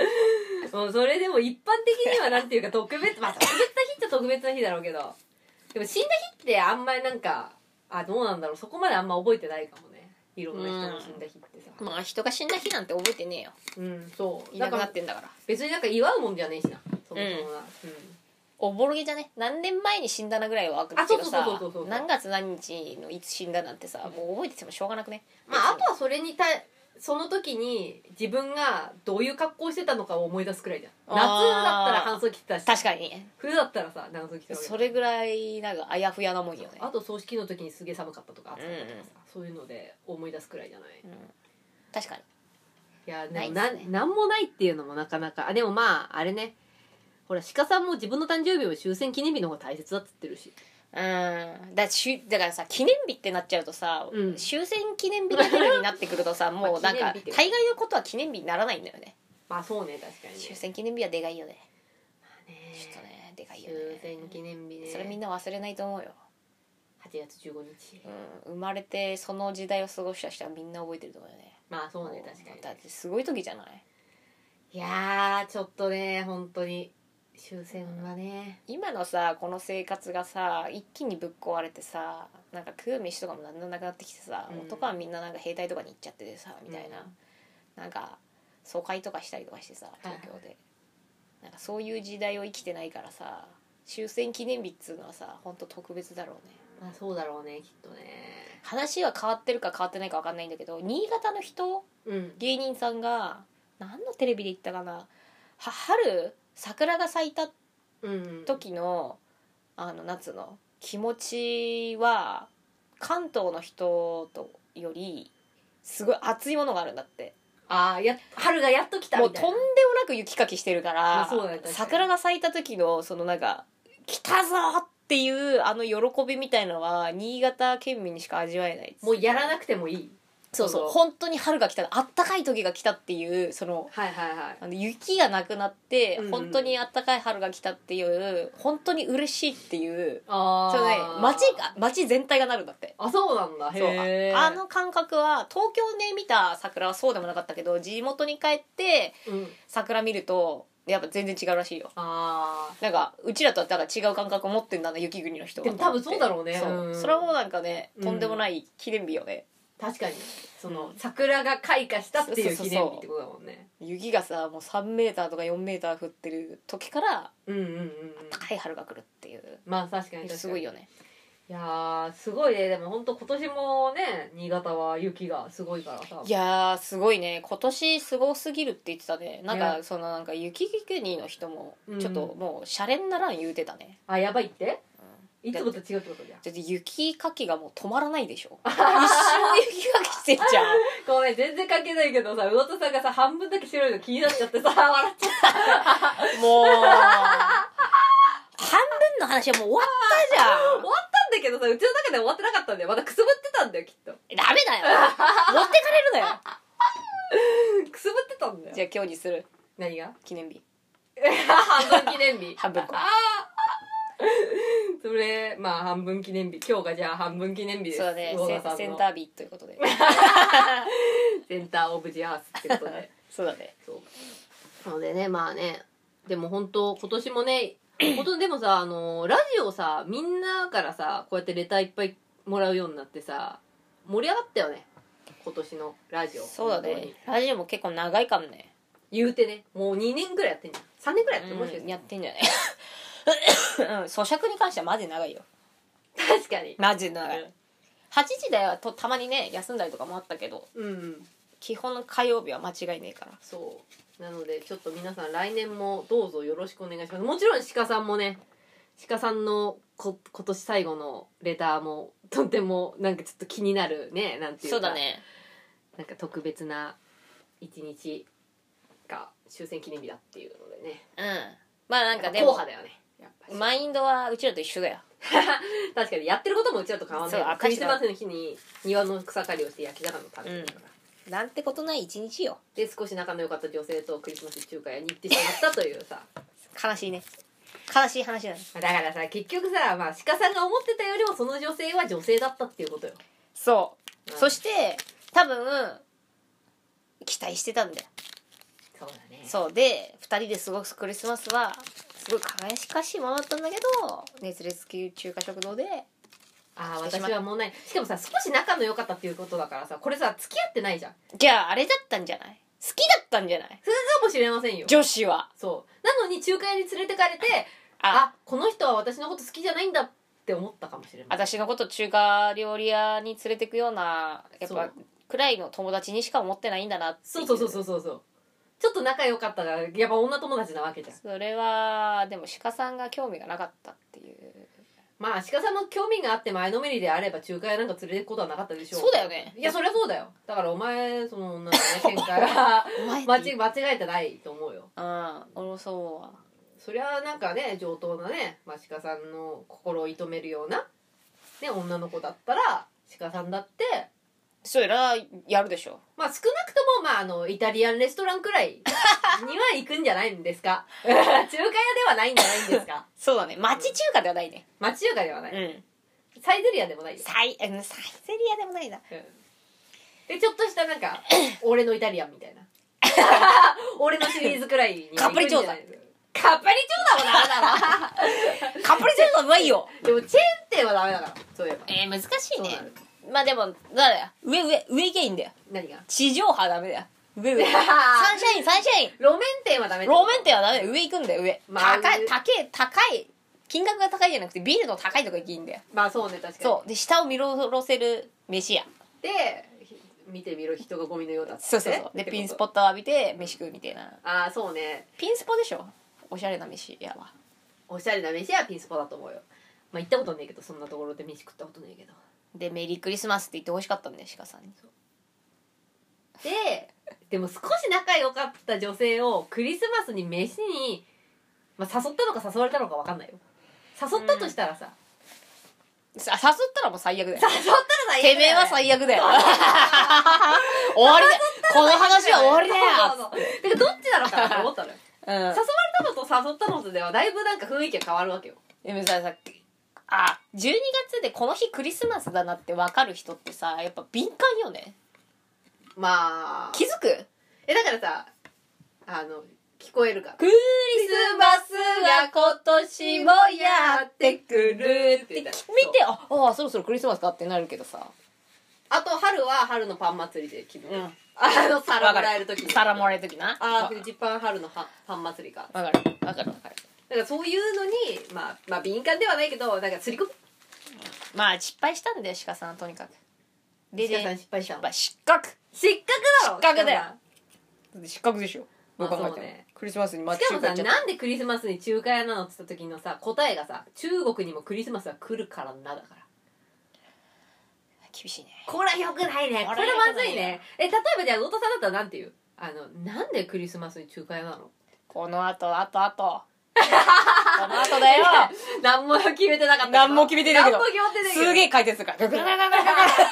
[SPEAKER 2] もうそれでも一般的にはなんていうか特別まあ特別な日って特別な日だろうけどでも死んだ日ってあんまりなんかあどうなんだろうそこまであんま覚えてないかもねいろんな人の死んだ日ってさ
[SPEAKER 1] まあ人が死んだ日なんて覚えてねえよ
[SPEAKER 2] うん、そう
[SPEAKER 1] い
[SPEAKER 2] だ
[SPEAKER 1] な
[SPEAKER 2] か
[SPEAKER 1] くな
[SPEAKER 2] ら
[SPEAKER 1] ってんだから
[SPEAKER 2] 別になんか祝うもんじゃねえしなそもそもな、
[SPEAKER 1] おぼろげじゃね何年前に死んだなぐらいは分か
[SPEAKER 2] あ
[SPEAKER 1] るけど
[SPEAKER 2] そうそう
[SPEAKER 1] さ
[SPEAKER 2] そうそうそう
[SPEAKER 1] 何月何日のいつ死んだなんてさもう覚えててもしょうがなくね
[SPEAKER 2] うん、まああとはそれにたその時に自分がどういう格好してたのかを思い出すくらいじゃん夏だったら半袖着てたし
[SPEAKER 1] 確かにね
[SPEAKER 2] 冬だったらさ長袖着てたわけ
[SPEAKER 1] それぐらいなんかあやふやなもんよね
[SPEAKER 2] あと葬式の時にすげえ寒かったとか暑かったとかさ
[SPEAKER 1] う、
[SPEAKER 2] そういうので思い出すくらいじゃない、
[SPEAKER 1] 確かに
[SPEAKER 2] いや
[SPEAKER 1] ないっ
[SPEAKER 2] でも
[SPEAKER 1] す
[SPEAKER 2] な,、
[SPEAKER 1] ね
[SPEAKER 2] なんもないっていうのもなかなかあでもまああれねほら鹿さんも自分の誕生日を終戦記念日の方が大切だっつってるし
[SPEAKER 1] うんだしゅだからさ記念日ってなっちゃうとさ、
[SPEAKER 2] うん
[SPEAKER 1] 終戦記念日レベルになってくるとさもうなん
[SPEAKER 2] ま
[SPEAKER 1] か
[SPEAKER 2] あ記念日って
[SPEAKER 1] 大概のことは記念日にならないんだよね
[SPEAKER 2] まあそうね確かに
[SPEAKER 1] 終戦記念日はでかいよね
[SPEAKER 2] ね
[SPEAKER 1] ちょっとねでかいよ
[SPEAKER 2] 終
[SPEAKER 1] ね
[SPEAKER 2] 戦記念日ね
[SPEAKER 1] それみん
[SPEAKER 2] な
[SPEAKER 1] な忘れないと思うよ、
[SPEAKER 2] 8月15日
[SPEAKER 1] うん、生まれてその時代を過ごした人はみんな覚えてると思うよね
[SPEAKER 2] まあそうね確かに
[SPEAKER 1] だってすごい時じゃない
[SPEAKER 2] いやーちょっとね本当に終戦はね
[SPEAKER 1] 今のさこの生活がさ一気にぶっ壊れてさなんか食う飯とかもだんだんなくなってきてさ、
[SPEAKER 2] うん
[SPEAKER 1] 男はみんななんか兵隊とかに行っちゃっててさみたいな、
[SPEAKER 2] うん
[SPEAKER 1] なんか疎開とかしたりとかしてさ東京で、なんかそういう時代を生きてないからさ終戦記念日っつうのはさ本当特別だろうね
[SPEAKER 2] まあそうだろうねきっとね
[SPEAKER 1] 話は変わってるか変わってないか分かんないんだけど新潟の人
[SPEAKER 2] うん
[SPEAKER 1] 芸人さんが何のテレビで言ったかなは春桜が咲いた
[SPEAKER 2] うん
[SPEAKER 1] 時のあの夏の気持ちは関東の人とよりすごい熱いものがあるんだって
[SPEAKER 2] ああや春がやっと来た
[SPEAKER 1] もう
[SPEAKER 2] み
[SPEAKER 1] と
[SPEAKER 2] た
[SPEAKER 1] ん
[SPEAKER 2] い
[SPEAKER 1] で
[SPEAKER 2] な
[SPEAKER 1] もなく雪かきしてるか
[SPEAKER 2] ま
[SPEAKER 1] ら
[SPEAKER 2] あそうだね確かに
[SPEAKER 1] 桜が咲いた時のそのなんか「来たぞ!」っていうあの喜びみたいのは新潟県民にしか味わえない
[SPEAKER 2] もうやらなくてもいい
[SPEAKER 1] そうそう
[SPEAKER 2] そう
[SPEAKER 1] 本当に春が来たあったかい時が来たっていうその
[SPEAKER 2] はいはいはい
[SPEAKER 1] あの雪がなくなって
[SPEAKER 2] うんうん
[SPEAKER 1] 本当にあったかい春が来たっていう本当に嬉しいっていう
[SPEAKER 2] あ
[SPEAKER 1] そのね街
[SPEAKER 2] が
[SPEAKER 1] が街全体がなるんだって。
[SPEAKER 2] あそうなんだ
[SPEAKER 1] そう
[SPEAKER 2] へえ
[SPEAKER 1] ああの感覚は東京で見た桜はそうでもなかったけど地元に帰って
[SPEAKER 2] うん
[SPEAKER 1] 桜見るとやっぱ全然違うらしいよ
[SPEAKER 2] あ
[SPEAKER 1] なんかうちらとはなんか違う感覚を持ってんだな雪国の人は
[SPEAKER 2] でも多分そうだろうね
[SPEAKER 1] そう
[SPEAKER 2] うん
[SPEAKER 1] それはもうなんかねとんでもない記念日よね、
[SPEAKER 2] ー確かにその桜が開花したっていう記念日ってことだもんね
[SPEAKER 1] 雪がさもう3メーターとか4メーター降ってる時から
[SPEAKER 2] うんうんうんうん
[SPEAKER 1] 高い春が来るっていう
[SPEAKER 2] まあ確かに確かに
[SPEAKER 1] すごいよね
[SPEAKER 2] いやーすごいねでも本当今年もね新潟は雪がすごいからさ
[SPEAKER 1] いやーすごいね今年すごすぎるって言ってたねなんか、
[SPEAKER 2] ね
[SPEAKER 1] そのなんか雪国の人も
[SPEAKER 2] うん
[SPEAKER 1] ちょっともうシャレにならん言うてたね、
[SPEAKER 2] あやばいって
[SPEAKER 1] うん
[SPEAKER 2] いつもと違うってことじゃん
[SPEAKER 1] だって雪かきがもう止まらないで
[SPEAKER 2] *laughs*
[SPEAKER 1] しょ一生雪かきしてんじゃん
[SPEAKER 2] ごめん全然関係ないけどさ魚田さんがさ半分だけ白いの気になっちゃってさ笑っちゃっ
[SPEAKER 1] もう半分の話はもう終わったじゃ
[SPEAKER 2] た終わったんだけどさうちの中で終わってなかったんだよまだくすぶってたんだよきっと
[SPEAKER 1] んダメだよ持ってかれるのよ
[SPEAKER 2] くすぶってたんだよ
[SPEAKER 1] じゃあ今日にする
[SPEAKER 2] 何が *laughs*
[SPEAKER 1] 記念日
[SPEAKER 2] 半分記念日
[SPEAKER 1] 半分こ
[SPEAKER 2] それまあ半分記念日今日がじゃあ半分記念日です
[SPEAKER 1] そうだね
[SPEAKER 2] 魚
[SPEAKER 1] セ
[SPEAKER 2] 田
[SPEAKER 1] ン
[SPEAKER 2] さんの
[SPEAKER 1] センター日ということで
[SPEAKER 2] センターオブジアースってことで
[SPEAKER 1] そうだね
[SPEAKER 2] そうなのでねまあねでも本当今年もね本当でもさあのラジオさみんなからさこうやってレターいっぱいもらうようになってさ盛り上がったよね今年のラジオ
[SPEAKER 1] そうだ
[SPEAKER 2] 本当
[SPEAKER 1] ね
[SPEAKER 2] に
[SPEAKER 1] ラジオも結構長いかもね
[SPEAKER 2] 言うてねもう2年ぐらいやってんじゃん3年ぐらいやってるもしか
[SPEAKER 1] う
[SPEAKER 2] し
[SPEAKER 1] ん
[SPEAKER 2] て
[SPEAKER 1] やってんじゃない *laughs* うん咀嚼に関してはマジ長いよ
[SPEAKER 2] 確かに
[SPEAKER 1] マジ長い8時だよとたまにね休んだりとかもあったけど
[SPEAKER 2] うん、うん、
[SPEAKER 1] 基本の火曜日は間違いねえから
[SPEAKER 2] そうなのでちょっと皆さん来年もどうぞよろしくお願いしますもちろん鹿さんもね鹿さんのこ今年最後のレターもとてもなんかちょっと気になるねなんていう
[SPEAKER 1] そ
[SPEAKER 2] か
[SPEAKER 1] うだね
[SPEAKER 2] なんか特別な一日が終戦記念日だっていうのでね
[SPEAKER 1] うんまあなんかで
[SPEAKER 2] やっ
[SPEAKER 1] も
[SPEAKER 2] ぱ硬派だよねやっぱし
[SPEAKER 1] マインドはうちらと一緒だよ
[SPEAKER 2] 確かにやってることもうちらと変わんない
[SPEAKER 1] そう
[SPEAKER 2] からクリスマ
[SPEAKER 1] 赤
[SPEAKER 2] スの日に庭の草刈りをして焼き魚を食べてるから、
[SPEAKER 1] なんてことない一日よ
[SPEAKER 2] で少し仲の良かった女性とクリスマス中華屋に行ってしまったというさ
[SPEAKER 1] 悲しいね悲しい話だね
[SPEAKER 2] だからさ結局さ、まあ、鹿さんが思ってたよりもその女性は女性だったっていうことよ
[SPEAKER 1] そう、
[SPEAKER 2] うん
[SPEAKER 1] そして多分期待してたんだよ
[SPEAKER 2] そうだね
[SPEAKER 1] そうで2人で過ごすクリスマスはすごい輝かしいものだったんだけど熱烈級中華食堂で
[SPEAKER 2] ああ
[SPEAKER 1] してし
[SPEAKER 2] 私
[SPEAKER 1] まっ
[SPEAKER 2] はもうないしかもさ少し仲の良かったっていうことだからさこれさ付き合ってないじゃん
[SPEAKER 1] じゃああれだったんじゃない好きだったんじゃない
[SPEAKER 2] それかもしれませんよ
[SPEAKER 1] 女子は
[SPEAKER 2] そうなのに仲介に連れてかれてあこの人は私のこと好きじゃないんだって思ったかもしれない
[SPEAKER 1] 私のこと中華料理屋に連れてくようなやっ
[SPEAKER 2] そ
[SPEAKER 1] ぱ
[SPEAKER 2] う
[SPEAKER 1] くらいの友達にしか思ってないんだなってい
[SPEAKER 2] そうそうそうそうそうそうちょっと仲良かったからやっぱ女友達なわけじゃん
[SPEAKER 1] それはでも鹿さんが興味がなかったっていう
[SPEAKER 2] まあ鹿さんも興味があって前のめりであれば仲介なんか連れてくことはなかったでしょ
[SPEAKER 1] そうだよね
[SPEAKER 2] いやそりゃそうだよだからお前そ
[SPEAKER 1] *laughs*
[SPEAKER 2] の女のね見解は
[SPEAKER 1] お前
[SPEAKER 2] 間違間違えてないと思うよ
[SPEAKER 1] うん俺もそう思うわ
[SPEAKER 2] そりゃなんかね上等なね、まあ、鹿さんの心を射止めるような、ね、女の子だったら鹿さんだって
[SPEAKER 1] それらやるでしょ
[SPEAKER 2] まあ少なくとも、まああの、イタリアンレストランくらいには行くんじゃないんですか *laughs* 中華屋ではないんじゃないんですか
[SPEAKER 1] そうだね町中華ではないね
[SPEAKER 2] 町中華ではな
[SPEAKER 1] う
[SPEAKER 2] い。
[SPEAKER 1] ん
[SPEAKER 2] サイゼリアでもないよ。
[SPEAKER 1] サイうんサイゼリアでもないな
[SPEAKER 2] うんで、ちょっとしたなんか、俺のイタリアンみたいな。俺のシリーズくらいには行くんじゃないですか。カッパリチョウだもんなあなたは
[SPEAKER 1] *laughs* カップリチェンソーうまいよ
[SPEAKER 2] でもチェーン店はダメだからそういえば
[SPEAKER 1] えー、難しい
[SPEAKER 2] そう
[SPEAKER 1] ね
[SPEAKER 2] なる
[SPEAKER 1] まあでもだだよ上上上行けばいいんだよ
[SPEAKER 2] 何が
[SPEAKER 1] 地上波はダメだよ上 *laughs* 上サンシャインサンシャイン
[SPEAKER 2] 路面店はダメってこと
[SPEAKER 1] 路面店はダメだよ上行くんだよ上、
[SPEAKER 2] まあ
[SPEAKER 1] 高
[SPEAKER 2] 上
[SPEAKER 1] い高い高い金額が高いじゃなくてビルの高いとこ行きいいんだよ
[SPEAKER 2] まあそうね確かに
[SPEAKER 1] そうで下を見下ろせる飯屋
[SPEAKER 2] でひ見てみろ人がゴミのようだっつって
[SPEAKER 1] そうそうそうでピンスポ
[SPEAKER 2] ッ
[SPEAKER 1] ットを浴びて飯食うみたいな
[SPEAKER 2] ああそうね
[SPEAKER 1] ピンスポでしょおしゃれな飯屋は
[SPEAKER 2] おしゃれな飯はピンスポだと思うよまあ行ったことねえけどそんなところで飯食ったことねえけど
[SPEAKER 1] でメリークリスマスって言ってほしかったんだよ鹿さんに
[SPEAKER 2] ででも少し仲良かった女性をクリスマスに飯に、まあ、誘ったのか誘われたのか分かんないよ誘ったとしたらさ、
[SPEAKER 1] さ誘ったらもう最悪だよ
[SPEAKER 2] 誘ったらさ
[SPEAKER 1] てめえは最悪だよ終わりだよこの話は終わりだよ
[SPEAKER 2] そうそうそうてかどっちなのかなと思ったのよ
[SPEAKER 1] うん
[SPEAKER 2] *laughs* 誘われたのと誘ったのとではだいぶなんか雰囲気が変わるわけよ
[SPEAKER 1] でもささあ12月でこの日クリスマスだなって分かる人ってさやっぱ敏感よね
[SPEAKER 2] まあ
[SPEAKER 1] 気づく
[SPEAKER 2] えだからさあの聞こえるから
[SPEAKER 1] クリスマスが今年もやってくるって見てああそろそろクリスマスかってなるけどさ
[SPEAKER 2] あと春は春のパン祭りで気分、
[SPEAKER 1] うん
[SPEAKER 2] あの皿もらえる時に
[SPEAKER 1] 皿もらえる時な
[SPEAKER 2] ああ
[SPEAKER 1] 分
[SPEAKER 2] フジパン春のはパン祭りか
[SPEAKER 1] かる分かる分かる
[SPEAKER 2] だからそういうのに、まあ、まあ敏感ではないけどなんか釣り込む
[SPEAKER 1] まあ失敗したんだよ鹿さんはとにかくで
[SPEAKER 2] 鹿さん失敗したの
[SPEAKER 1] まあ失格
[SPEAKER 2] 失格だろ
[SPEAKER 1] 失格だよ
[SPEAKER 2] しかも
[SPEAKER 1] 失格でしょどう考えて
[SPEAKER 2] まあ
[SPEAKER 1] も、
[SPEAKER 2] そうね
[SPEAKER 1] クリスマスに
[SPEAKER 2] さ
[SPEAKER 1] マッ
[SPEAKER 2] し
[SPEAKER 1] チ
[SPEAKER 2] か
[SPEAKER 1] ン
[SPEAKER 2] も
[SPEAKER 1] グやっ
[SPEAKER 2] さ
[SPEAKER 1] ちゃっ
[SPEAKER 2] なんでクリスマスに中華屋なのって言った時のさ答えがさ中国にもクリスマスは来るからなだから
[SPEAKER 1] た厳しいね
[SPEAKER 2] これはよくないねこ
[SPEAKER 1] こ
[SPEAKER 2] れ
[SPEAKER 1] れは
[SPEAKER 2] ま
[SPEAKER 1] 良くな
[SPEAKER 2] ず
[SPEAKER 1] い
[SPEAKER 2] いねえ例えばじゃあ魚田さんだったらなんて言うあのなんでクリスマスに中華屋なの
[SPEAKER 1] このあとあとあ
[SPEAKER 2] *laughs*
[SPEAKER 1] とこのあとだよ
[SPEAKER 2] 何も決めてなかったけど
[SPEAKER 1] 何も決めてないけど
[SPEAKER 2] 何も決まってないけど
[SPEAKER 1] すげえ回転する
[SPEAKER 2] *laughs*
[SPEAKER 1] から。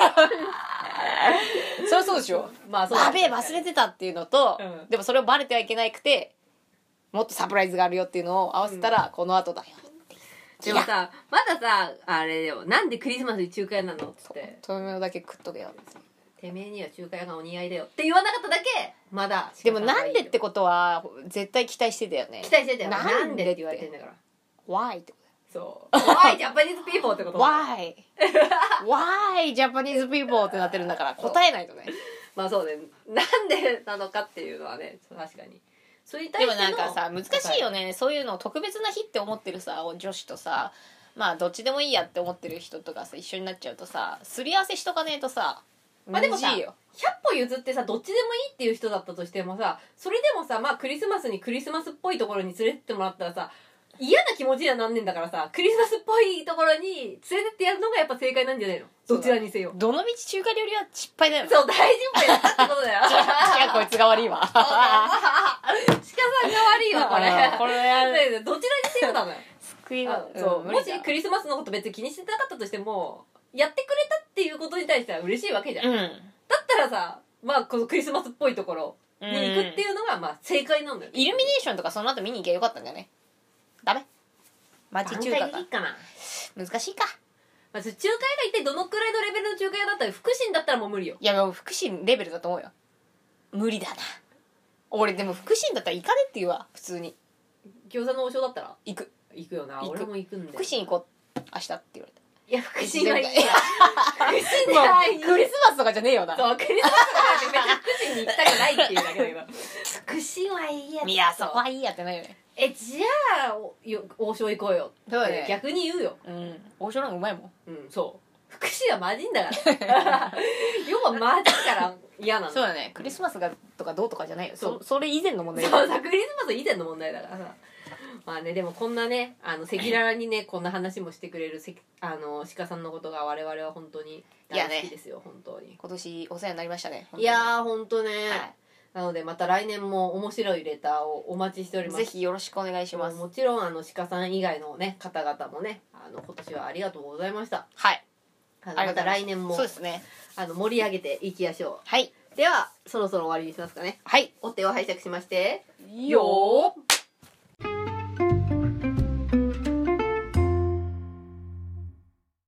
[SPEAKER 1] そりゃそうでしょ。
[SPEAKER 2] まあそう
[SPEAKER 1] あべえ、忘れてたっていうのと、
[SPEAKER 2] うん
[SPEAKER 1] でもそれをバレてはいけなくて、もっとサプライズがあるよっていうのを合わせたら、この後だよ。
[SPEAKER 2] でもさまださあれでもなんでクリスマスに中華屋なのっつって
[SPEAKER 1] そういうのだけ食っとけよ。
[SPEAKER 2] てめえには中華屋がお似合いだよって言わなかっただけまだ
[SPEAKER 1] でもなんでっ
[SPEAKER 2] 期
[SPEAKER 1] てことは、絶対期待してたよね。
[SPEAKER 2] 待してたよ
[SPEAKER 1] なんで
[SPEAKER 2] なんでって言われてんだから
[SPEAKER 1] Why? ってこ
[SPEAKER 2] そう Why Japanese people ってこと
[SPEAKER 1] だ
[SPEAKER 2] と *laughs*
[SPEAKER 1] Why? Why Japanese people ってなってるんだから、答えないとね。
[SPEAKER 2] まあそうねなんでなのかっていうのはね確かにそれに対
[SPEAKER 1] で
[SPEAKER 2] し
[SPEAKER 1] も
[SPEAKER 2] ての
[SPEAKER 1] なんかさ難しいよね、そういうのを特別な日って思ってるさ女子とさまあどっちでもいいやって思ってる人とかさ一緒になっちゃうとさすり合わせしとかねえとさ
[SPEAKER 2] まあでもさ
[SPEAKER 1] 難しいよ
[SPEAKER 2] 100歩譲ってさどっちでもいいっていう人だったとしてもさそれでもさまあクリスマスにクリスマスっぽいところに連れてってもらったらさ嫌な気持ちにはなんねんだからさクリスマスっぽいところに連れてってやるのがやっぱ正解なんじゃないのどちらにせよ
[SPEAKER 1] どの道中華料理は失敗だよ
[SPEAKER 2] そう大失敗だったってことだ *laughs* よ
[SPEAKER 1] いやこいつが悪い
[SPEAKER 2] *laughs*
[SPEAKER 1] わ
[SPEAKER 2] 鹿さんが悪いわこ
[SPEAKER 1] うん
[SPEAKER 2] れ
[SPEAKER 1] これ
[SPEAKER 2] ねどちらにせよなのよ
[SPEAKER 1] 救いは
[SPEAKER 2] そうもしク
[SPEAKER 1] リ
[SPEAKER 2] リスマスのこと別に気にしてなかったとしてもやってくれたっていうことに対しては嬉しいわけじゃん、
[SPEAKER 1] うん
[SPEAKER 2] だったらさまあこのクリスマスっぽいところに行くって
[SPEAKER 1] うん
[SPEAKER 2] いうのがまあ正解なんだよ
[SPEAKER 1] イルミネーションとかその後見に行けばよかったんだよねダメ町中華か
[SPEAKER 2] かな、
[SPEAKER 1] 難しいか
[SPEAKER 2] まあ、それ中華屋が一体どのくらいのレベルの中華屋だったら福神だったらもう無理よ
[SPEAKER 1] いやでも福神レベルだと思うよ無理だな俺でも福神だったら行かねって言うわ普通に
[SPEAKER 2] 餃子の王将だったら
[SPEAKER 1] 行く
[SPEAKER 2] 行くよな
[SPEAKER 1] 行く
[SPEAKER 2] 俺も行くんだよ
[SPEAKER 1] 福神行こう明日って言われた
[SPEAKER 2] いや福神はいいよ福神
[SPEAKER 1] まあ
[SPEAKER 2] はいいよ
[SPEAKER 1] クリスマスとかじゃねえよな
[SPEAKER 2] そうクリスマスとかだって別に福神に行きたくないっていうだけだけど福神はいいや
[SPEAKER 1] いやそこはいいやってないよね
[SPEAKER 2] えじゃあおよ王将行こうよ
[SPEAKER 1] そうだね
[SPEAKER 2] 逆に言うよ
[SPEAKER 1] うん王将の方がうまいもん
[SPEAKER 2] うんそう福祉はマジんだから *laughs* 要はマジから嫌なの
[SPEAKER 1] そうだねクリスマスがとかどうとかじゃないよ
[SPEAKER 2] そう
[SPEAKER 1] そそれ以前の問題
[SPEAKER 2] そうさクリスマス以前の問題だからさまあねでもこんなねあの赤裸々にねこんな話もしてくれるせきあの鹿さんのことが我々は本当に大好きですよ、本当に
[SPEAKER 1] 今年お世話になりましたね
[SPEAKER 2] いやー本当ね、
[SPEAKER 1] はい
[SPEAKER 2] なのでまた来年も面白いレターをお待ちしており
[SPEAKER 1] 本
[SPEAKER 2] ま
[SPEAKER 1] 当に
[SPEAKER 2] す
[SPEAKER 1] ぜひよろしくお願いします
[SPEAKER 2] もちろんあの鹿さん以外のね方々もねあの今年はありがとうございました
[SPEAKER 1] はい
[SPEAKER 2] あの
[SPEAKER 1] あり
[SPEAKER 2] ま
[SPEAKER 1] がと
[SPEAKER 2] た
[SPEAKER 1] うござい
[SPEAKER 2] 来年も
[SPEAKER 1] そうですね
[SPEAKER 2] あの盛り上げていきましょ
[SPEAKER 1] はいう
[SPEAKER 2] ではそろそろ終わりにしますかね
[SPEAKER 1] はい
[SPEAKER 2] お手を拝借しまして
[SPEAKER 1] よー